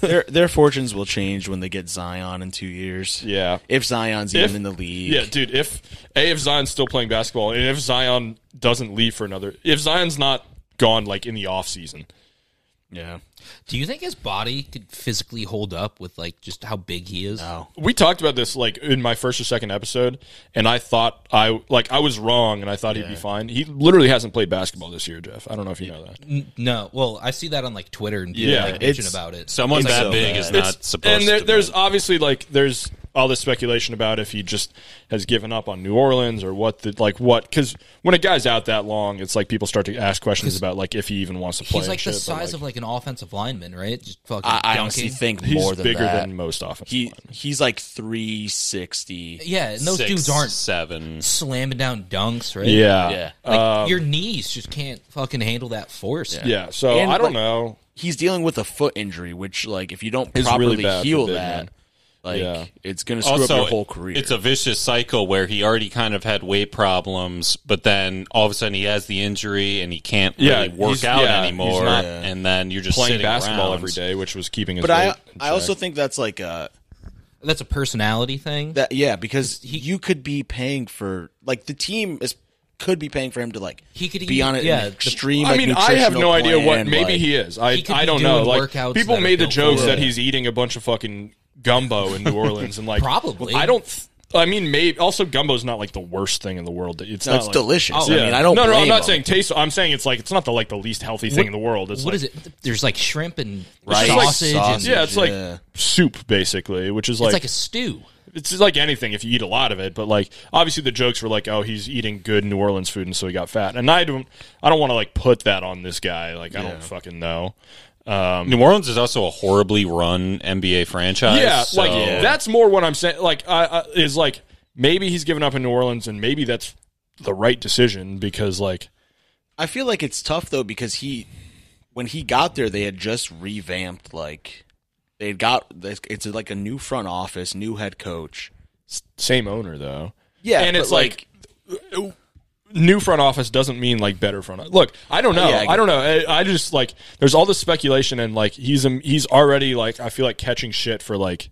their their fortunes will change when they get Zion in two years. yeah, If Zion's If- even in the league, Yeah, dude. If a if Zion's still playing basketball, and if Zion doesn't leave for another, if Zion's not gone like in the off season, yeah. Do you think his body could physically hold up with like just how big he is? No. we talked about this like in my first or second episode, and I thought I like I was wrong, and I thought he'd be fine. He literally hasn't played basketball this year, Jeff. I don't know if you know that. N- No. Well, I see that on like Twitter and people Yeah, like bitching it's- about it. Someone It's that so big bad. is It's- not supposed. And there, to there's be. obviously like there's all this speculation about if he just has given up on New Orleans or what the like what because when a guy's out that long, it's like people start to ask questions about like if he even wants to play. He's and like the shit, but, size of like an offensive lineman, right? Just fucking I, I dunking. honestly think he's more than bigger that. than most offensive. he linemen. he's like three sixty. yeah, and those Six, dudes aren't seven. slamming down dunks, right? Yeah. Yeah. Like your knees just can't fucking handle that force. Yeah. So And, I don't like, know. He's dealing with a foot injury, which like if you don't Is properly really bad for heal big that, men. like Yeah. it's gonna screw up Also, your whole career. it's a vicious cycle where he already kind of had weight problems, but then all of a sudden he has the injury and he can't Yeah, really work he's- out yeah, he's anymore. not And then you're just Playing sitting basketball around. every day, which was keeping his. but I weight in I also check. think that's like a That's a personality thing. that yeah because you could be paying for like the team is could be paying for him to like He could be eat- on it. yeah, an the- extreme. I like, mean, I have no nutritional idea what. plan, Maybe like- he is. I He could I be don't know. doing Like workouts people that are made the built jokes for that it. he's eating a bunch of fucking gumbo in New Orleans and like Probably. I don't. th- I mean, maybe also gumbo's not like the worst thing in the world. It's No, not it's like, delicious. Oh, I Yeah. mean, I don't. No, no, I'm blame not him. saying taste. I'm saying it's like it's not the like the least healthy thing in the world. It's What like, is it? There's like shrimp and Rice, sausage. and, sausage, Yeah, it's like Yeah. soup basically, which is It's like like a stew. it's like anything if you eat a lot of it but like obviously the jokes were like oh he's eating good new orleans food and so he got fat and i don't i don't want to like put that on this guy like i don't fucking know New Orleans is also a horribly run NBA franchise. yeah so- like that's more what i'm saying like I, I is like maybe he's given up in new orleans and maybe that's the right decision because like I feel like it's tough though because he, when he got there, they had just revamped like they had got it's like a new front office, new head coach. same owner though Yeah, and it's but, like, new front office doesn't mean like better front. Office. Look, I don't know. Oh, Yeah, I I, don't know. I, I just like there's all this speculation and like he's um, he's already like I feel like catching shit for like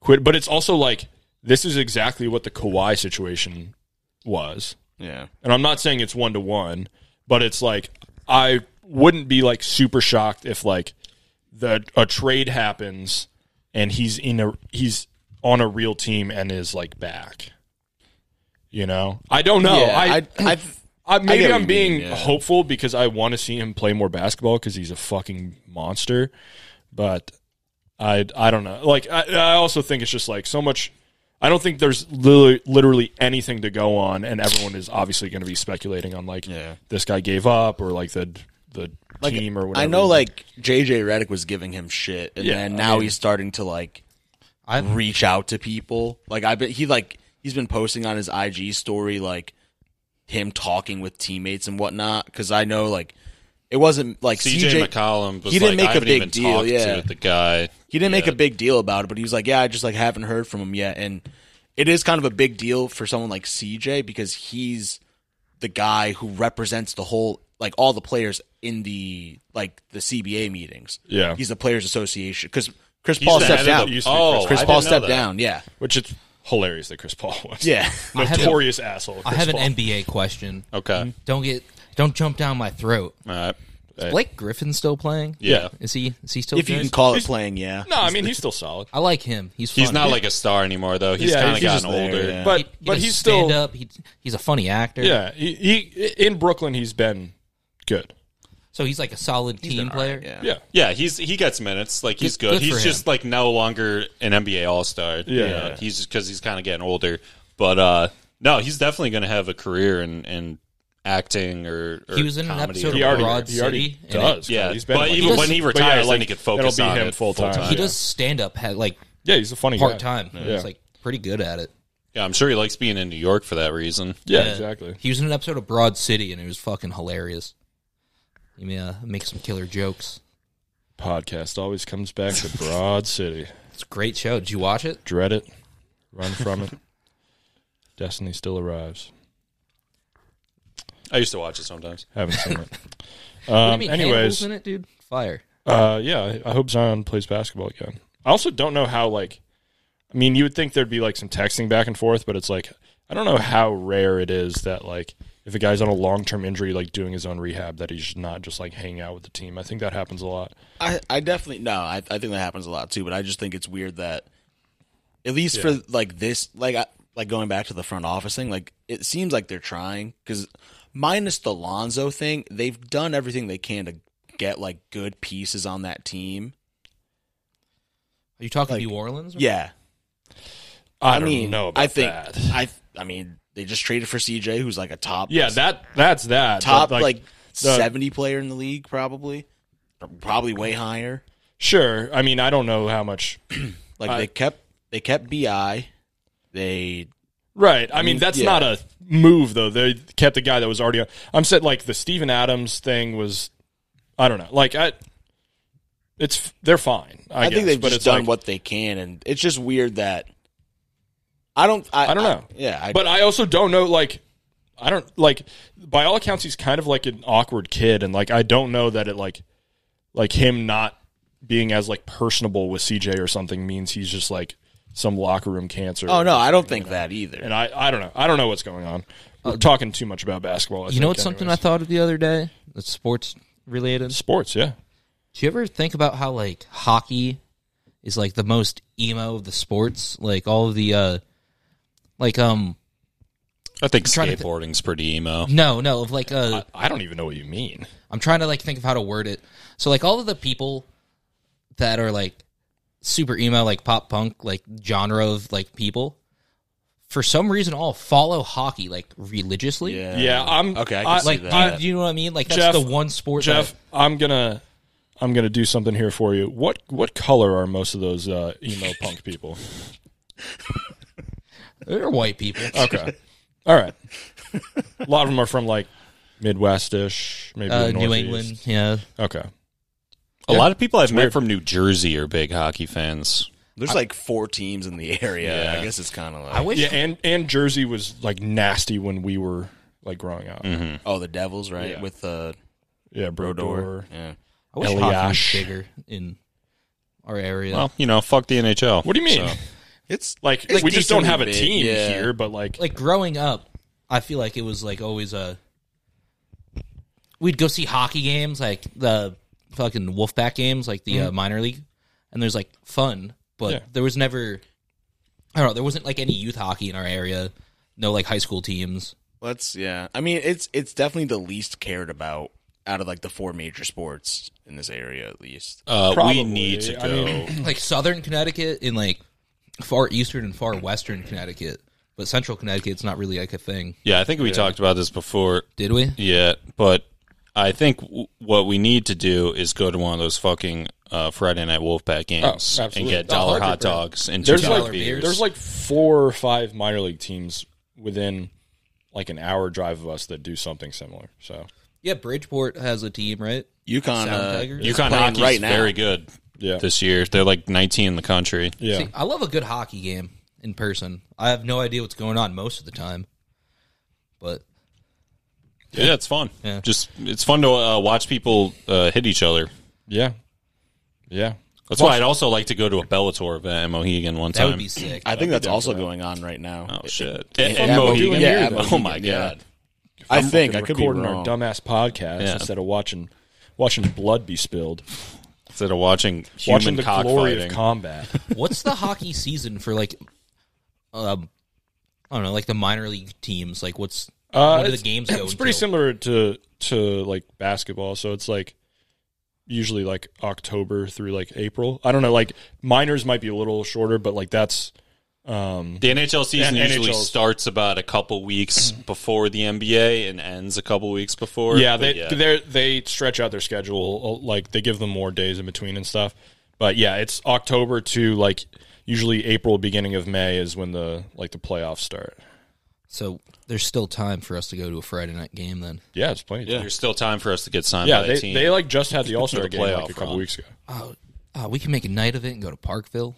quit, but it's also like this is exactly what the Kawhi situation was, yeah, and I'm not saying it's one to one, but it's like I wouldn't be like super shocked if like the a trade happens and he's in a he's on a real team and is like back. You know, I don't know. Yeah, I, I, I, get maybe what I'm you being mean, yeah. hopeful because I want to see him play more basketball because he's a fucking monster. But I I don't know. Like I, I also think it's just like so much. I don't think there's literally, literally anything to go on, and everyone is obviously going to be speculating on like Yeah. this guy gave up or like the the like, team or whatever. I know like JJ Redick was giving him shit, and Yeah, then I now mean- he's starting to like I reach out to people. Like I bet he like he's been posting on his IG story like him talking with teammates and whatnot. Because I know like it wasn't like CJ CJ, McCollum was he didn't like, make I a haven't big even deal, talked yeah. to the guy. He didn't make a big deal about it, but he was like, "Yeah, I just like haven't heard from him yet." And it is kind of a big deal for someone like CJ because he's the guy who represents the whole like all the players in the like the CBA meetings. Yeah. He's the players association cuz Chris He's Paul the stepped head of down. the- Used to be oh, Chris I Paul didn't know stepped that. down. Yeah. which it's hilarious that Chris Paul was Yeah. have a- notorious asshole. I Chris have an Paul. NBA question. Mm-hmm. Okay. Don't get don't jump down my throat. All right. Hey. Blake Griffin still playing? uh, Yeah. Is he? Is he still? If you good? can call it playing, yeah. No, I mean he's still solid. I like him. He's fun. He's not like a star anymore, though. He's Yeah, kind of he's gotten just there, older. yeah. But He- he but does he's still stand up. He, he's a funny actor. yeah. He, he in Brooklyn he's been good. So he's like a solid team player. Yeah. Yeah. Yeah, he's he gets minutes. Like he's Good- good. good for he's just him. like no longer an NBA All Star. Yeah. he's just because he's kind of getting older. But uh no, he's definitely going to have a career in in acting or, or He was in an comedy episode or He already whatever. Broad he already City, and does. it- Yeah, he's been but like- even He when does- he but retires, yeah, then he could focus it'll on be him it full time. full-time. He Oh, yeah. does stand up ha- like Yeah, he's a funny guy. part time. He's like pretty good at it. Yeah, I'm sure he likes being in New York for that reason. Yeah, exactly. He was in an episode of Broad City, and it was fucking hilarious. He may, uh, make some killer jokes. Podcast always comes back to Broad City. It's a great show. Did you watch it? Dread it, run from it. Destiny still arrives. I used to watch it sometimes. Haven't seen it. What Um, do you mean, Hannibal's anyways, in it, dude. Fire. Uh, yeah, I I hope Zion plays basketball again. I also don't know how like, I mean, you would think there'd be like some texting back and forth, but it's like I don't know how rare it is that like if a guy's on a long term injury, like doing his own rehab, that he's not just like hanging out with the team. I think that happens a lot. I, I definitely no. I, I think that happens a lot too. But I just think it's weird that, at least for like this, like I, like going back to the front office thing, like it seems like they're trying because minus the Lonzo thing, they've done everything they can to get like good pieces on that team. Are you talking Like- New Orleans? Yeah, I, don't mean, know. About I think that. I I mean they just traded for CJ, who's like a top yeah, that that's that top But, like, the- seventy player in the league, probably, probably way higher. sure. I mean, I don't know how much. Like I- they kept they kept Bi, they Right. I mean, that's yeah. not a move though. They kept a guy that was already. On. I'm said like the Steven Adams thing was. I don't know. Like I, it's they're fine. I, I, guess, think they've but just it's done like- what they can, and it's just weird that I don't. I, I don't know. yeah, I, but I also don't know. Like I don't like. By all accounts, he's kind of like an awkward kid, and like I don't know that it like, like him not being as like personable with CJ or something means he's just like some locker room cancer. oh no, I don't think that either. And I, I don't know. I don't know what's going on. Uh, We're talking too much about basketball. I You know think, what's something I anyways. thought of the other day? That's sports related. Sports, yeah. Do you ever think about how like hockey is like the most emo of the sports? Like all of the uh like um I think trying to thi- skateboarding's pretty emo. no, no, of like uh I, I don't even know what you mean. I'm trying to like think of how to word it. So like all of the people that are like super emo, like pop punk, like genre of like people, for some reason all follow hockey like religiously. yeah, Yeah, I'm Okay, I can I- see Like do that. you, do you know what I mean? Like that's Jeff- the one sport that- Jeff, I'm gonna I'm gonna do something here for you. What what color are most of those uh, emo punk people? they're white people. Okay, all right. A lot of them are from like Midwestish, maybe Uh, the New Northeast. England, yeah. Okay, A Yeah. lot of people I've met weird. from New Jersey are big hockey fans. There's like four teams in the area. Yeah. I guess it's kind of like I wish yeah, and and Jersey was like nasty when we were like growing up. oh the Devils, right? Yeah. With the Yeah, Brodor. Brodor. Yeah. I wish hockey was Eliash. bigger in our area. Well, you know, fuck the NHL. What do you mean? So- It's Like It's we just don't decently have a big, team yeah. here, but like, like growing up, I feel like it was like always a. We'd go see hockey games, like the fucking Wolfpack games, like the uh, minor league, and there's like fun, but Yeah. there was never. I don't know. There wasn't like any youth hockey in our area. No, like high school teams. let's yeah. I mean, it's it's definitely the least cared about out of like the four major sports in this area, at least. Uh, Probably. we need to I go. mean- Like Southern Connecticut and like far eastern and far western Connecticut, but Central Connecticut's not really like a thing. yeah, I think we talked about this before. Did we? Yeah, but I think w- what we need to do is go to one of those fucking uh, Friday Night Wolfpack games Oh, and absolutely. get dollar 100%. hot dogs and two there's dollar like beers. there's like four or five minor league teams within like an hour drive of us that do something similar. So Yeah, Bridgeport has a team, right? UConn, Sound uh, Tigers? UConn playing hockey's right now. very good yeah, this year. They're like 19 in the country. yeah. See, I love a good hockey game in person. I have no idea what's going on most of the time, but Yeah, it's fun. Yeah. Just it's fun to uh, watch people uh, hit each other. Yeah. Yeah. That's why I'd also like to go to a Bellator event at Mohegan one that time. would be sick. I think that's also going on right now. oh It- shit! it- At Mohegan? at Mohegan, yeah, at oh Mohegan, my yeah. god! I think I Fucking could be recording our wrong. dumbass podcast Yeah. instead of watching watching blood be spilled, Instead of watching human watching the glory cockfighting, of combat. What's the hockey season for like? Um, I don't know, like the minor league teams. Like, what's Uh, what do the it's- games It's go? pretty until? similar to to like basketball, so it's like usually like October through like April. I don't know, like minors might be a little shorter, but like that's um the NHL season And usually NHLs. starts about a couple weeks before the NBA and ends a couple weeks before. Mm-hmm. yeah, but they they they stretch out their schedule uh, like they give them more days in between and stuff. But yeah, it's October to like usually April beginning of May is when the like the playoffs start. So there's still time for us to go to a Friday night game. Then Yeah, it's plenty. Yeah, there's still time for us to get signed yeah by they a team. they like just had the All The Star game like playoff a couple run. weeks ago. oh, oh, we can make a night of it and go to Parkville.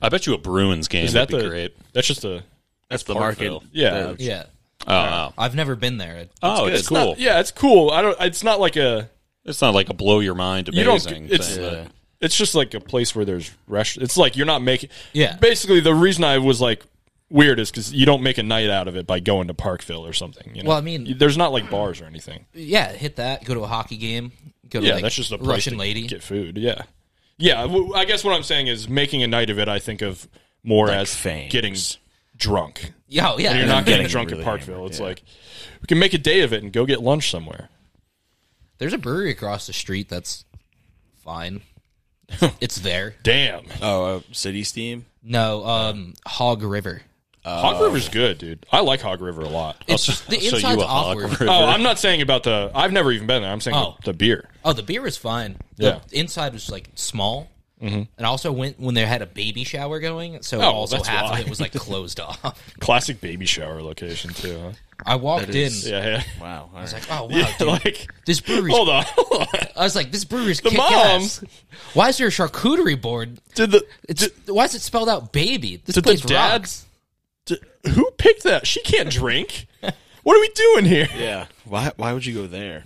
I bet you a Bruins game Is that would be the great. that's just a That's the market. Parkville. yeah Yeah, Oh, wow. I've never been there. oh, it's, not- cool. yeah, it's cool. I don't. It's not like a. It's not like a blow your mind You don't- amazing it's- thing. but- It's just like a place where there's rest. It's like you're not making. Yeah. Basically, the reason I was like weird is because you don't make a night out of it by going to Parkville or something. You know? Well, I mean- there's not like bars or anything. Yeah, hit that. Go to a hockey game. Go to yeah, like that's just a place Russian to lady. get food. Yeah, yeah. w- I guess what I'm saying is making a night of it. I think of more as fangs. getting drunk. Yeah, oh, yeah. You're not getting Getting drunk really at Parkville. hammered, it's yeah. like we can make a day of it and go get lunch somewhere. There's a brewery across the street that's fine. it's there. Damn, Oh, uh, city steam. No, um, Hog River. Hog River's good, dude. I like Hog River a lot. It's I'll just the show you inside's a hog awkward. river. Oh, I'm not saying about the. I've never even been there. I'm saying Oh. the, the beer. Oh, the beer is fine. The Yeah. Mm-hmm. inside was like small. And I also went when they had a baby shower going, so well, also Oh, that's half why. of it was like closed off. Classic baby shower location too. Huh? I walked in. Yeah, yeah. Wow. all I was right. like, oh wow, Yeah, dude, like this brewery's. hold on, hold on. I was like, this brewery's The kick ass. Why is there a charcuterie board? Did the It's why is it spelled out baby? This did the place dad? rocks. Did, who picked that? She can't drink. What are we doing here? Yeah. Why? Why would you go there?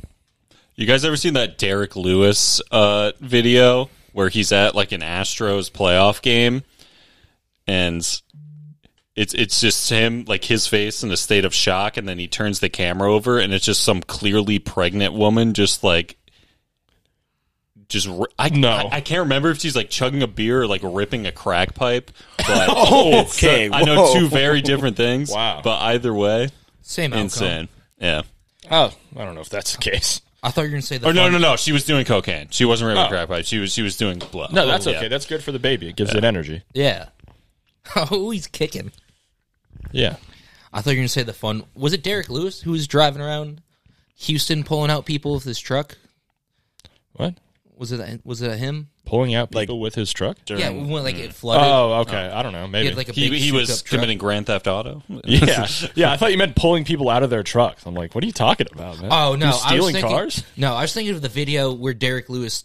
You guys ever seen that Derek Lewis uh, video where he's at like an Astros playoff game, and it's it's just him like his face in a state of shock, and then he turns the camera over, and it's just some clearly pregnant woman just like. Just ri- I No. I, I can't remember if she's like chugging a beer or like ripping a crack pipe. But Okay, I know whoa. two very different things. Wow. But either way, Same outcome. insane. Yeah. Oh, I don't know if that's the case. I thought you were gonna say the. Oh no fun- no no! She was doing cocaine. She wasn't ripping Oh. crack pipe. She was she was doing blow. No, that's Yeah. okay. Oh, That's good for the baby. It gives it energy. Yeah. Oh, he's kicking. Yeah. I thought you were gonna say the fun. Was it Derek Lewis who was driving around Houston pulling out people with his truck? What? Was it was it him? Pulling out Like- people with his truck? Yeah, when like it flooded. Oh, okay. I don't know. he Maybe. had like a he big he souped was up truck. committing grand theft auto. yeah, yeah. I thought you meant pulling people out of their trucks. I'm like, what are you talking about, man? Oh You no, I was stealing thinking, cars. No, I was thinking of the video where Derek Lewis,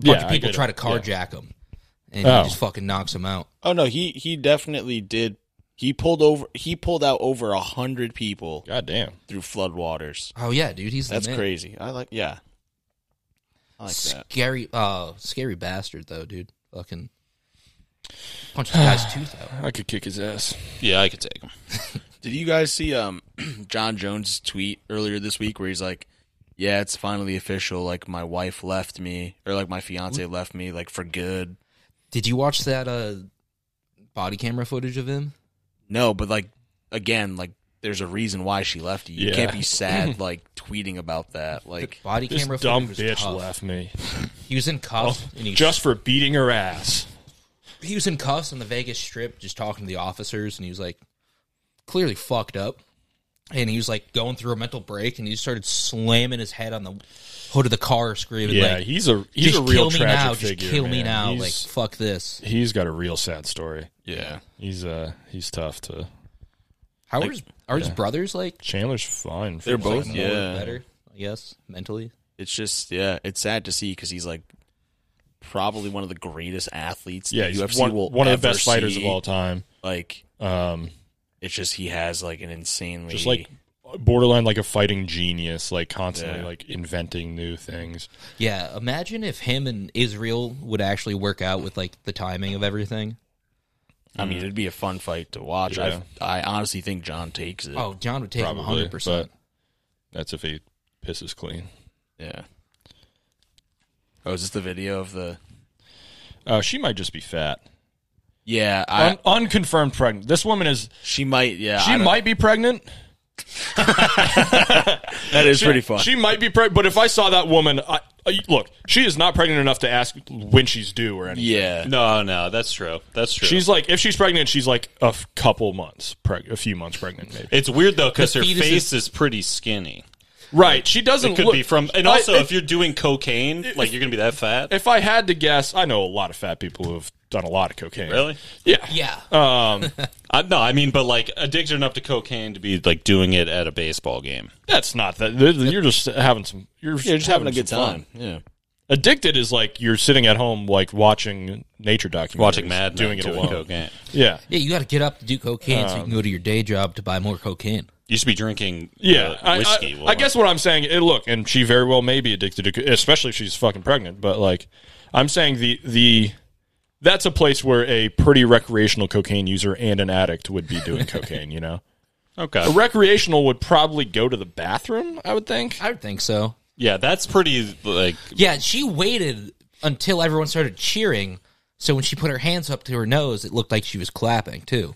a bunch Yeah, of I people get try to it. carjack him, and Oh. he just fucking knocks him out. Oh no. He he definitely did. He pulled over. He pulled out over a hundred people God damn. through floodwaters. Oh yeah, dude, he's the That's man. crazy. I like. Yeah. I like that. Scary, uh, scary bastard though, dude. Fucking punch the guy's tooth out. I could kick his ass. yeah, I could take him. Did you guys see um John Jones' tweet earlier this week where he's like, "Yeah, it's finally official. Like my wife left me, or like my fiance left me, like for good." Did you watch that uh body camera footage of him? No, but like again, like there's a reason why she left you. You Yeah. can't be sad like tweeting about that. Like Body This camera dumb footage was bitch tough. left me He was in cuffs, and he just for beating her ass. he was in cuffs on the Vegas Strip, just talking to the officers, and he was like clearly fucked up, and he was like going through a mental break, and he started slamming his head on the hood of the car, screaming, Yeah, like, he's a he's "Just a real kill me tragic now, figure. just kill me man. now, like He's- fuck this." he's got a real sad story. yeah, He's uh he's tough to. How are his, are his brothers like? Chandler's fine. for They're that. both- more Yeah. better, I guess mentally. it's just yeah, it's sad to see because he's like probably one of the greatest athletes. Yeah, the he's UFC one, will one of the ever best fighters of see. all time. Like Um, it's just he has like an insanely just like borderline like a fighting genius, like constantly Yeah. like inventing new things. Yeah, imagine if him and Israel would actually work out with like the timing of everything. I mean, it'd be a fun fight to watch. Yeah. I I honestly think John takes it. Oh, John would take him Probably, hundred percent. but that's if he pisses clean. yeah. Oh, is this the video of the? Uh, she might just be fat. Yeah, I, Un- unconfirmed pregnant. This woman is. she might. Yeah, I Um, She don't- might be pregnant. That is pretty fun. She might be pregnant. But if I saw that woman, I, I, look, she is not pregnant enough to ask when she's due or anything. yeah, No, no, that's true. That's true. She's like, if she's pregnant, she's like a f- couple months, preg- a few months pregnant, maybe. it's weird though because The her fetus face is pretty skinny. Right. She doesn't. It could look- be from, and I- also if, if you're doing cocaine, like you're gonna be that fat. if I had to guess, I know a lot of fat people who have done a lot of cocaine. really? Yeah. Yeah. Um, I, no, I mean, but like addicted enough to cocaine to be like doing it at a baseball game. that's not that. th- th- You're just having some. You're yeah, just having a good some fun. time. Yeah, Addicted is like you're sitting at home, like watching nature documentaries, Watching Mad Men, doing it alone. cocaine. Yeah. Yeah, you got to get up to do cocaine so you can go to your day job to buy more cocaine. You should be drinking Yeah, uh, I- whiskey. I, I, Well, guess what I'm saying, it, look, and she very well may be addicted to, co- especially if she's fucking pregnant. But like, I'm saying the the that's a place where a pretty recreational cocaine user and an addict would be doing cocaine. You know, okay. a recreational would probably go to the bathroom. I would think. I would think so. Yeah, that's pretty like Yeah, she waited until everyone started cheering. So when she put her hands up to her nose, it looked like she was clapping too.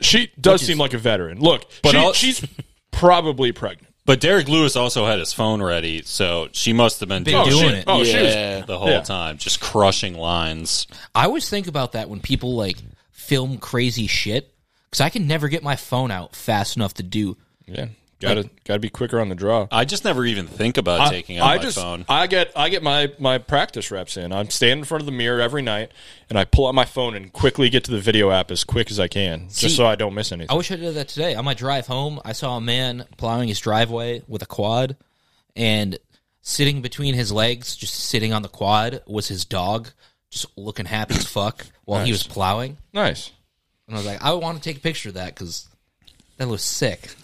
She does seem like a veteran. Look, But she, I'll- she's probably pregnant. But Derek Lewis also had his phone ready, so she must have been Been doing doing she, it. Oh, she was- yeah. it the whole Yeah. time, just crushing lines. I always think about that when people like film crazy shit because I can never get my phone out fast enough to do. yeah. Gotta gotta be quicker on the draw. I just never even think about taking out my just, phone. I get I get my my practice reps in. I'm standing in front of the mirror every night, and I pull out my phone and quickly get to the video app as quick as I can, See, just so I don't miss I anything. wish I did that today. On my drive home, I saw a man plowing his driveway with a quad, and sitting between his legs, just sitting on the quad, was his dog, just looking happy as fuck while he was plowing. nice. And I was like, I want to take a picture of that because that looks sick.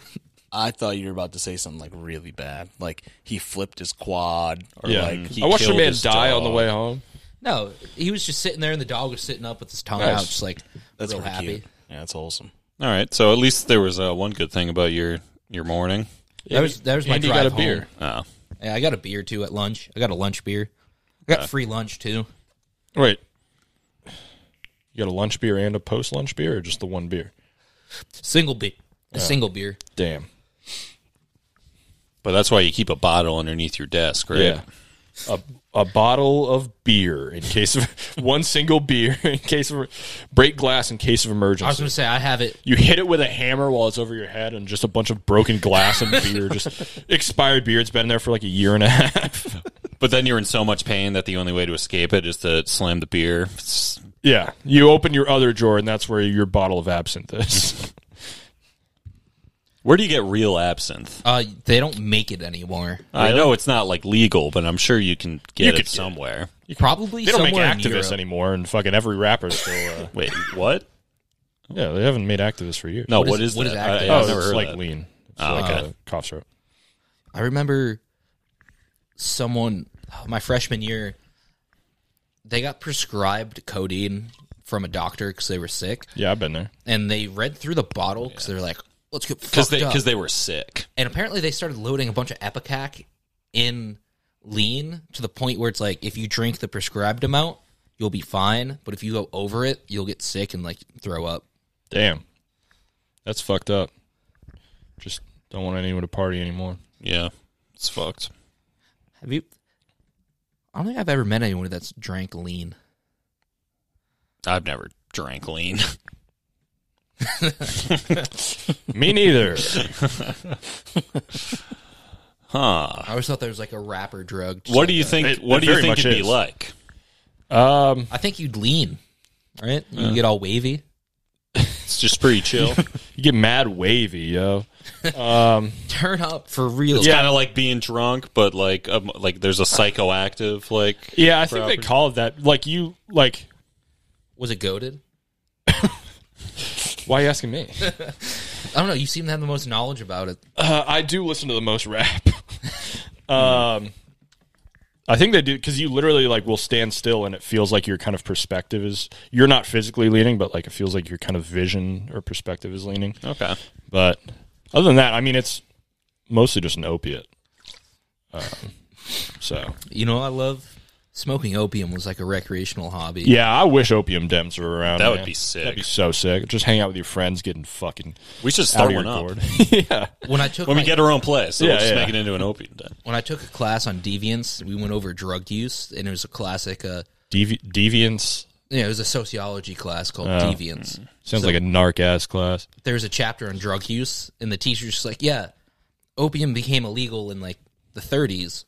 I thought you were about to say something like really bad, like he flipped his quad or Yeah, Mm-hmm. like he I watched a killed man his die dog. on the way home. No, he was just sitting there, and the dog was sitting up with his tongue Nice. out, just like that's real pretty happy. cute. Yeah, that's wholesome. All right, so at least there was uh, one good thing about your your morning. That was that was my Andy drive got a home. beer. Oh, Yeah, I got a beer too at lunch. I got a lunch beer. I got free lunch too. Wait, you got a lunch beer and a post lunch beer, or just the one beer? Single beer. A single beer. Damn. but that's why you keep a bottle underneath your desk, right? Yeah. A, a bottle of beer in case of one single beer in case of break glass in case of emergency. I was gonna say I have it. You hit it with a hammer while it's over your head, and just a bunch of broken glass and beer, just expired beer. It's been there for like a year and a half. But then you're in so much pain that the only way to escape it is to slam the beer. It's- yeah, you open your other drawer, and that's where your bottle of absinthe is. Where do you get real absinthe? Uh, they don't make it anymore. I know it's not like legal, but I'm sure you can get You it could get it. somewhere. Probably they don't make somewhere in activists Europe. anymore, and fucking every rapper still. Uh, Wait, what? yeah, they haven't made activists for years. No, What what is- is what that? is I- active? yeah, I've oh, never it's heard like that. lean. It's Oh, like okay. uh, cough syrup. I remember someone oh, my freshman year. They got prescribed codeine from a doctor because they were sick, Yeah, I've been there. and they read through the bottle because they're like, "Let's get Because fucked they up." because they were sick. and apparently they started loading a bunch of epicac in lean to the point where it's like if you drink the prescribed amount you'll be fine but if you go over it you'll get sick and like throw up Damn, that's fucked up. Just don't want anyone to party anymore. Yeah, it's fucked. have you i don't think i've ever met anyone that's drank lean I've never drank lean. Me neither. Huh. i always thought there was like a rapper drug just What like do you that. think It- what it do you very think much it'd be is. like? um, i think you'd lean right you get all wavy It's just pretty chill. it's you get mad wavy, yo. turn up for real kind of like being drunk but like um, like there's a psychoactive like Yeah, I think they call it that. Like you, like was it goaded why are you asking me? i don't know you seem to have the most knowledge about it uh, I do listen to the most rap. um, I think they do because you literally like will stand still and it feels like your kind of perspective is you're not physically leaning, but like it feels like your kind of vision or perspective is leaning. Okay. But other than that, I mean, it's mostly just an opiate. Um, so you know what i love Smoking opium was like a recreational hobby. Yeah, I wish opium Dems were around. That would man. be sick. That'd be so sick. Just hang out with your friends, getting fucking We should out start of your one up gourd. yeah, When I took when my, we get our own place. So Yeah, we'll just yeah. make it into an opium den. when I took a class on deviance, we went over drug use, and it was a classic. Uh, Devi- deviance yeah, it was a sociology class called Oh. deviance. sounds like a narc ass class. there was a chapter on drug use, and the teacher's just like, yeah, opium became illegal in like the 30s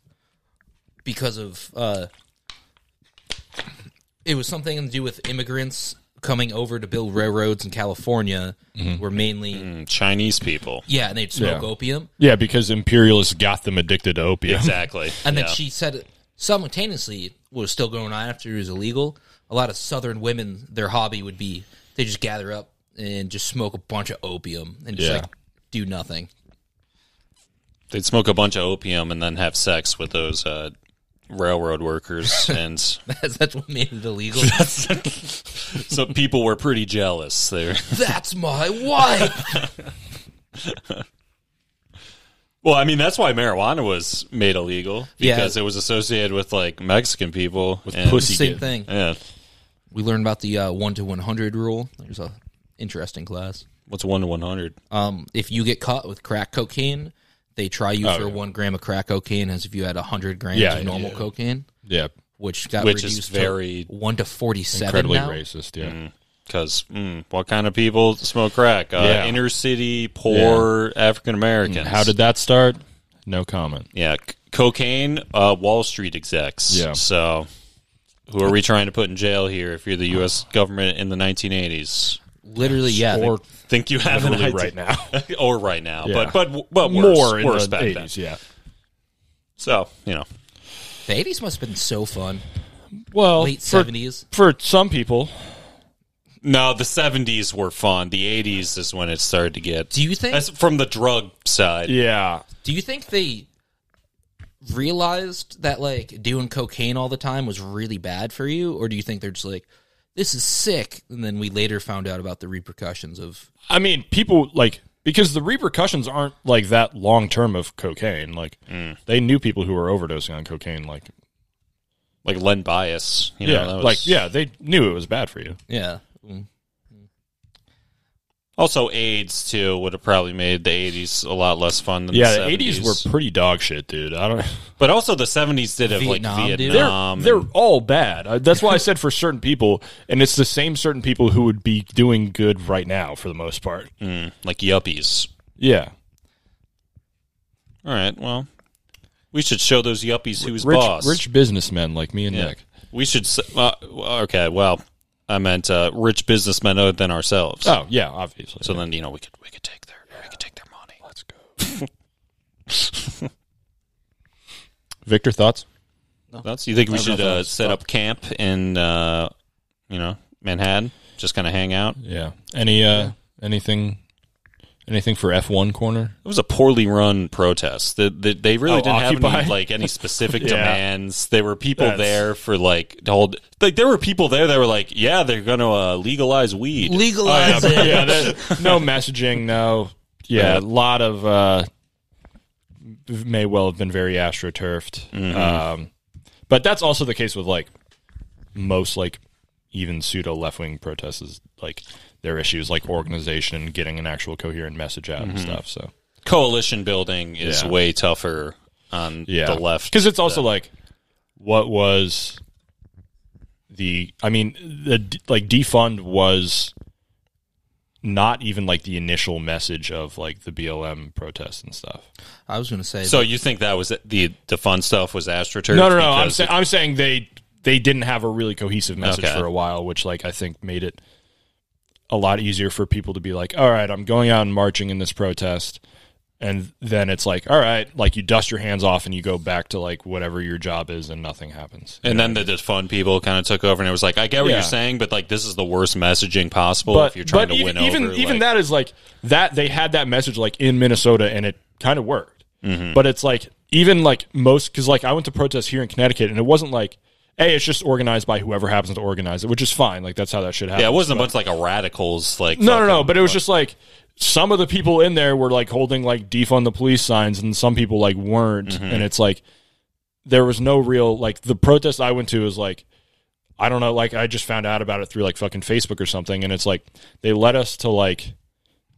because of uh, it was something to do with immigrants coming over to build railroads in California, were mainly Mm, Chinese people. yeah, and they'd smoke Yeah. opium, Yeah, because imperialists got them addicted to opium. Exactly. and Yeah. then she said simultaneously what was still going on after it was illegal. A lot of Southern women, their hobby would be they just gather up and just smoke a bunch of opium and just Yeah. like do nothing. They'd smoke a bunch of opium and then have sex with those uh, railroad workers, and That's, that's what made it illegal. so people were pretty jealous. There. That's my wife. Well, I mean, that's why marijuana was made illegal Yeah. because it was associated with like Mexican people with pussy. Same did. thing. Yeah. We learned about the uh, one to one hundred rule. There's a interesting class. What's one to one hundred? Um, if you get caught with crack cocaine, they try you for one gram of crack cocaine as if you had hundred grams Oh, Yeah, of normal yeah. cocaine, Yeah, which got Which is reduced very to one to forty seven incredibly now. racist. Yeah, Because mm, what kind of people smoke crack? Uh, Yeah. Inner city, poor African Americans. how did that start? No comment. Yeah, c- cocaine, uh, Wall Street execs. Yeah. So, who are we trying to put in jail here? If you're the U.S. government in the 1980s, Literally, yeah. Or think you have an literally idea. right now. or right now, Yeah. but but but worse, Uh, more in worse the back then. eighties. Yeah. So you know, the eighties must have been so fun. Well, Late for- seventies. for some people, no, the 70s were fun. The 80s is when it started to get. Do you think? That's from the drug side. yeah, Do you think they realized that like doing cocaine all the time was really bad for you, or do you think they're just like, this is sick, and then we later found out about the repercussions of I mean, people like because the repercussions aren't like that long term of cocaine. Like Mm. they knew people who were overdosing on cocaine. Like Like Len Bias. You know, yeah, that was- like yeah, they knew it was bad for you. yeah, Also, AIDS too would have probably made the 80s a lot less fun than Yeah, the the eighties were pretty dog shit, dude. I don't. But also the 70s did have Vietnam, like dude. Vietnam. They're and- they're all bad. Uh, that's why I said for certain people, and it's the same certain people who would be doing good right now for the most part. like yuppies. Yeah, All right, well, we should show those yuppies who's rich boss. rich businessmen like me and yeah. Nick. We should. s- Uh, okay, well, I meant uh, rich businessmen other than ourselves. Oh yeah, obviously. So then you know we could we could take their we could take their money. Let's go. Victor, thoughts? That's, you think we I don't know should if uh, that's- set up camp in uh, you know Manhattan, just kind of hang out? It Yeah. Any uh anything anything for F one corner? was a poorly run protest. The, the, they really Oh, didn't have Occupy? any like any specific Yeah. demands. There were people That's- there for like to hold. Like there were people there that were like, yeah, they're going to uh, legalize weed. yeah, legalize it. yeah, that- no messaging, no. Yeah, a lot of uh may well have been very astroturfed. Um but that's also the case with like most like even pseudo left wing protests is like their issues like organization and getting an actual coherent message out and stuff. So coalition building is Yeah. way tougher on yeah. the left. because it's also like what was the i mean the like defund was not even like the initial message of like the blm protests and stuff I was gonna say, So you think that was the the fun stuff was astroturf? no no no i'm, because sa- I'm saying they they didn't have a really cohesive message Okay. for a while which like i think made it a lot easier for people to be like all right i'm going out and marching in this protest and then it's like all right like you dust your hands off and you go back to like whatever your job is and nothing happens And then the defund people kind of took over, and it was like, I get what Yeah. you're saying, but like this is the worst messaging possible if you're trying to even, win even, over. even like, that is like that they had that message like in Minnesota and it kind of worked. Mm-hmm. But it's like even like most because like I went to protest here in Connecticut and it wasn't like hey it's just organized by whoever happens to organize it which is fine like that's how that should happen. yeah, it wasn't a bunch like a radicals like No, no, no. fucking- But it was just like some of the people in there were like holding like defund the police signs, and some people like weren't. And it's like there was no real like the protest I went to is like I don't know like I just found out about it through like fucking Facebook or something and it's like they led us to like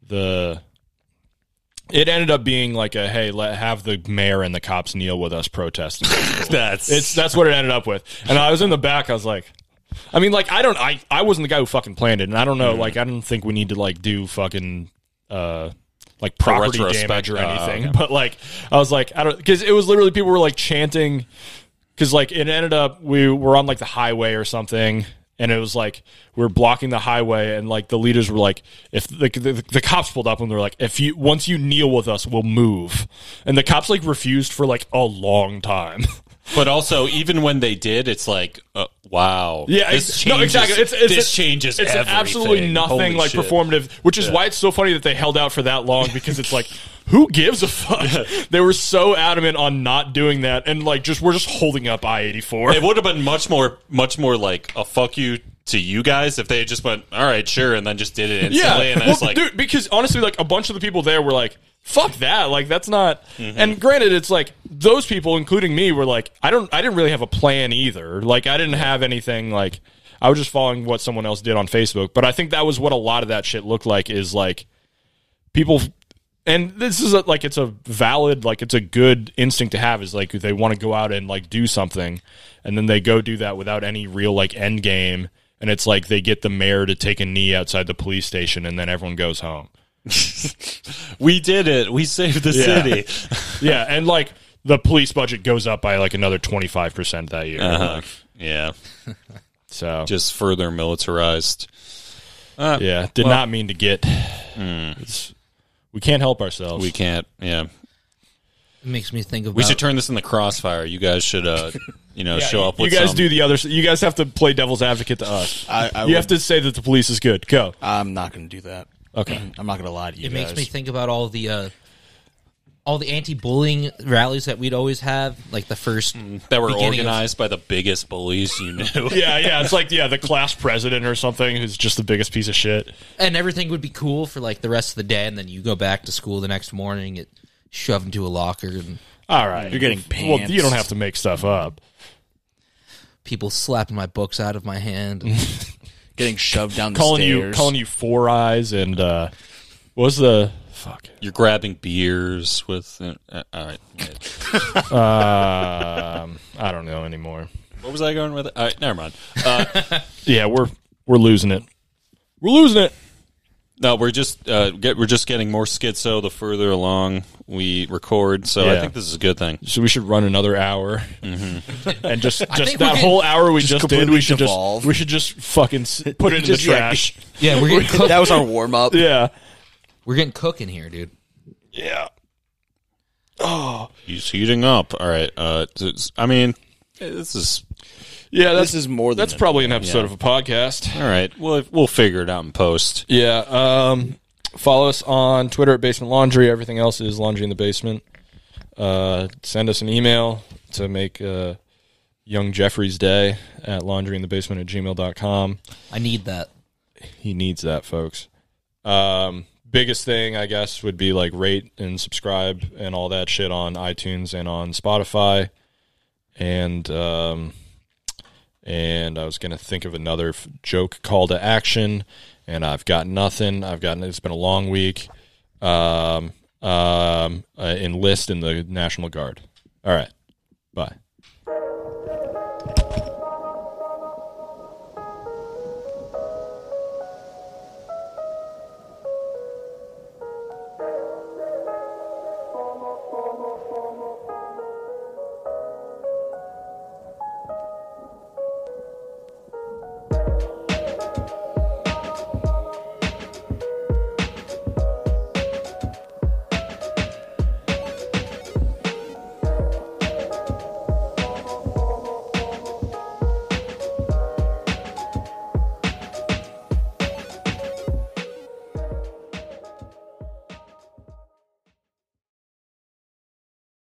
the it ended up being like a hey let have the mayor and the cops kneel with us protesting That's it's that's what it ended up with and I was in the back I was like I mean like I don't I I wasn't the guy who fucking planned it and I don't Mm-hmm. know like I don't think we need to like do fucking uh like property damage retrospect- or oh, anything okay. but like I was like I don't because it was literally people were like chanting because like it ended up we were on like the highway or something and it was like we were blocking the highway and like the leaders were like if the, the, the cops pulled up and they're like if you once you kneel with us we'll move and the cops like refused for like a long time But also, even when they did, it's like, uh, wow, Yeah, this it's- changes, no, exactly. It's, it's this changes. It's everything. absolutely nothing Holy like shit. performative, which is why it's so funny that they held out for that long because it's like, who gives a fuck? They were so adamant on not doing that, and like, just we're just holding up I eighty four. It would have been much more, much more like a fuck you to you guys if they had just went, all right, sure, and then just did it instantly. and well, it's like, dude, because honestly, like a bunch of the people there were like, "Fuck that!" Like that's not. Mm-hmm. And granted, it's like those people, including me, were like, "I don't, I didn't really have a plan either. Like I didn't have anything. Like I was just following what someone else did on Facebook." But I think that was what a lot of that shit looked like. Is like people. And this is a, like it's a valid like it's a good instinct to have is like they want to go out and like do something, and then they go do that without any real like end game and it's like they get the mayor to take a knee outside the police station and then everyone goes home we did it. We saved the Yeah. city. yeah and like the police budget goes up by like another 25% that year Like, Uh-huh. yeah, so just further militarized. yeah did not mean to get It's- we can't help ourselves mm. We can't. Yeah, It makes me think about. we should turn this in the crossfire. You guys should, uh, you know, show up. Uh, you with guys some. do the other s- you guys have to play devil's advocate to us I, I you have to say that the police is good go I'm not going to do that. okay I'm not going to lie to you it guys. makes me think about all the uh, all the anti-bullying rallies that we'd always have, like the first that were beginning of- organized by the biggest bullies you knew. yeah yeah it's like yeah the class president or something who's just the biggest piece of shit and everything would be cool for like the rest of the day, and then you go back to school the next morning, get shoved into a locker, and all right You're getting well pants. you don't have to make stuff up people slapping my books out of my hand. And Getting shoved down the calling stairs. you calling you four eyes and uh what was the fuck You're grabbing beers with. Uh, all right. Yeah. um i don't know anymore What was I going with? All right, never mind. Uh, yeah we're we're losing it we're losing it no, we're just uh, get, we're just getting more schizo the further along we record. So I Yeah. think this is a good thing. so we should run another hour Mm-hmm. and just just think we that can- whole hour we just, did we completely should devolve. just we should just fucking s- put it in Just, the yeah, trash yeah, we're getting cook- that was our warm up. yeah we're getting cooking here, dude. yeah He's heating up. All right. Uh, it's- I mean, this is yeah that's This is more than that's enough. probably an episode of a podcast all right. We'll we'll figure it out in post. Yeah. Um, follow us on Twitter at Basement Laundry. Everything else is Laundry in the Basement. Uh, send us an email to make uh, young Jeffrey's day at laundryinthebasement at gmail.com. I need that. He needs that, folks. Um, biggest thing, I guess, would be like rate and subscribe and all that shit on iTunes and on Spotify. And um, and I was gonna think of another f- joke call to action, and I've got nothing. I've gotten it's been a long week. Um, um, uh, enlist in the National Guard. All right, bye.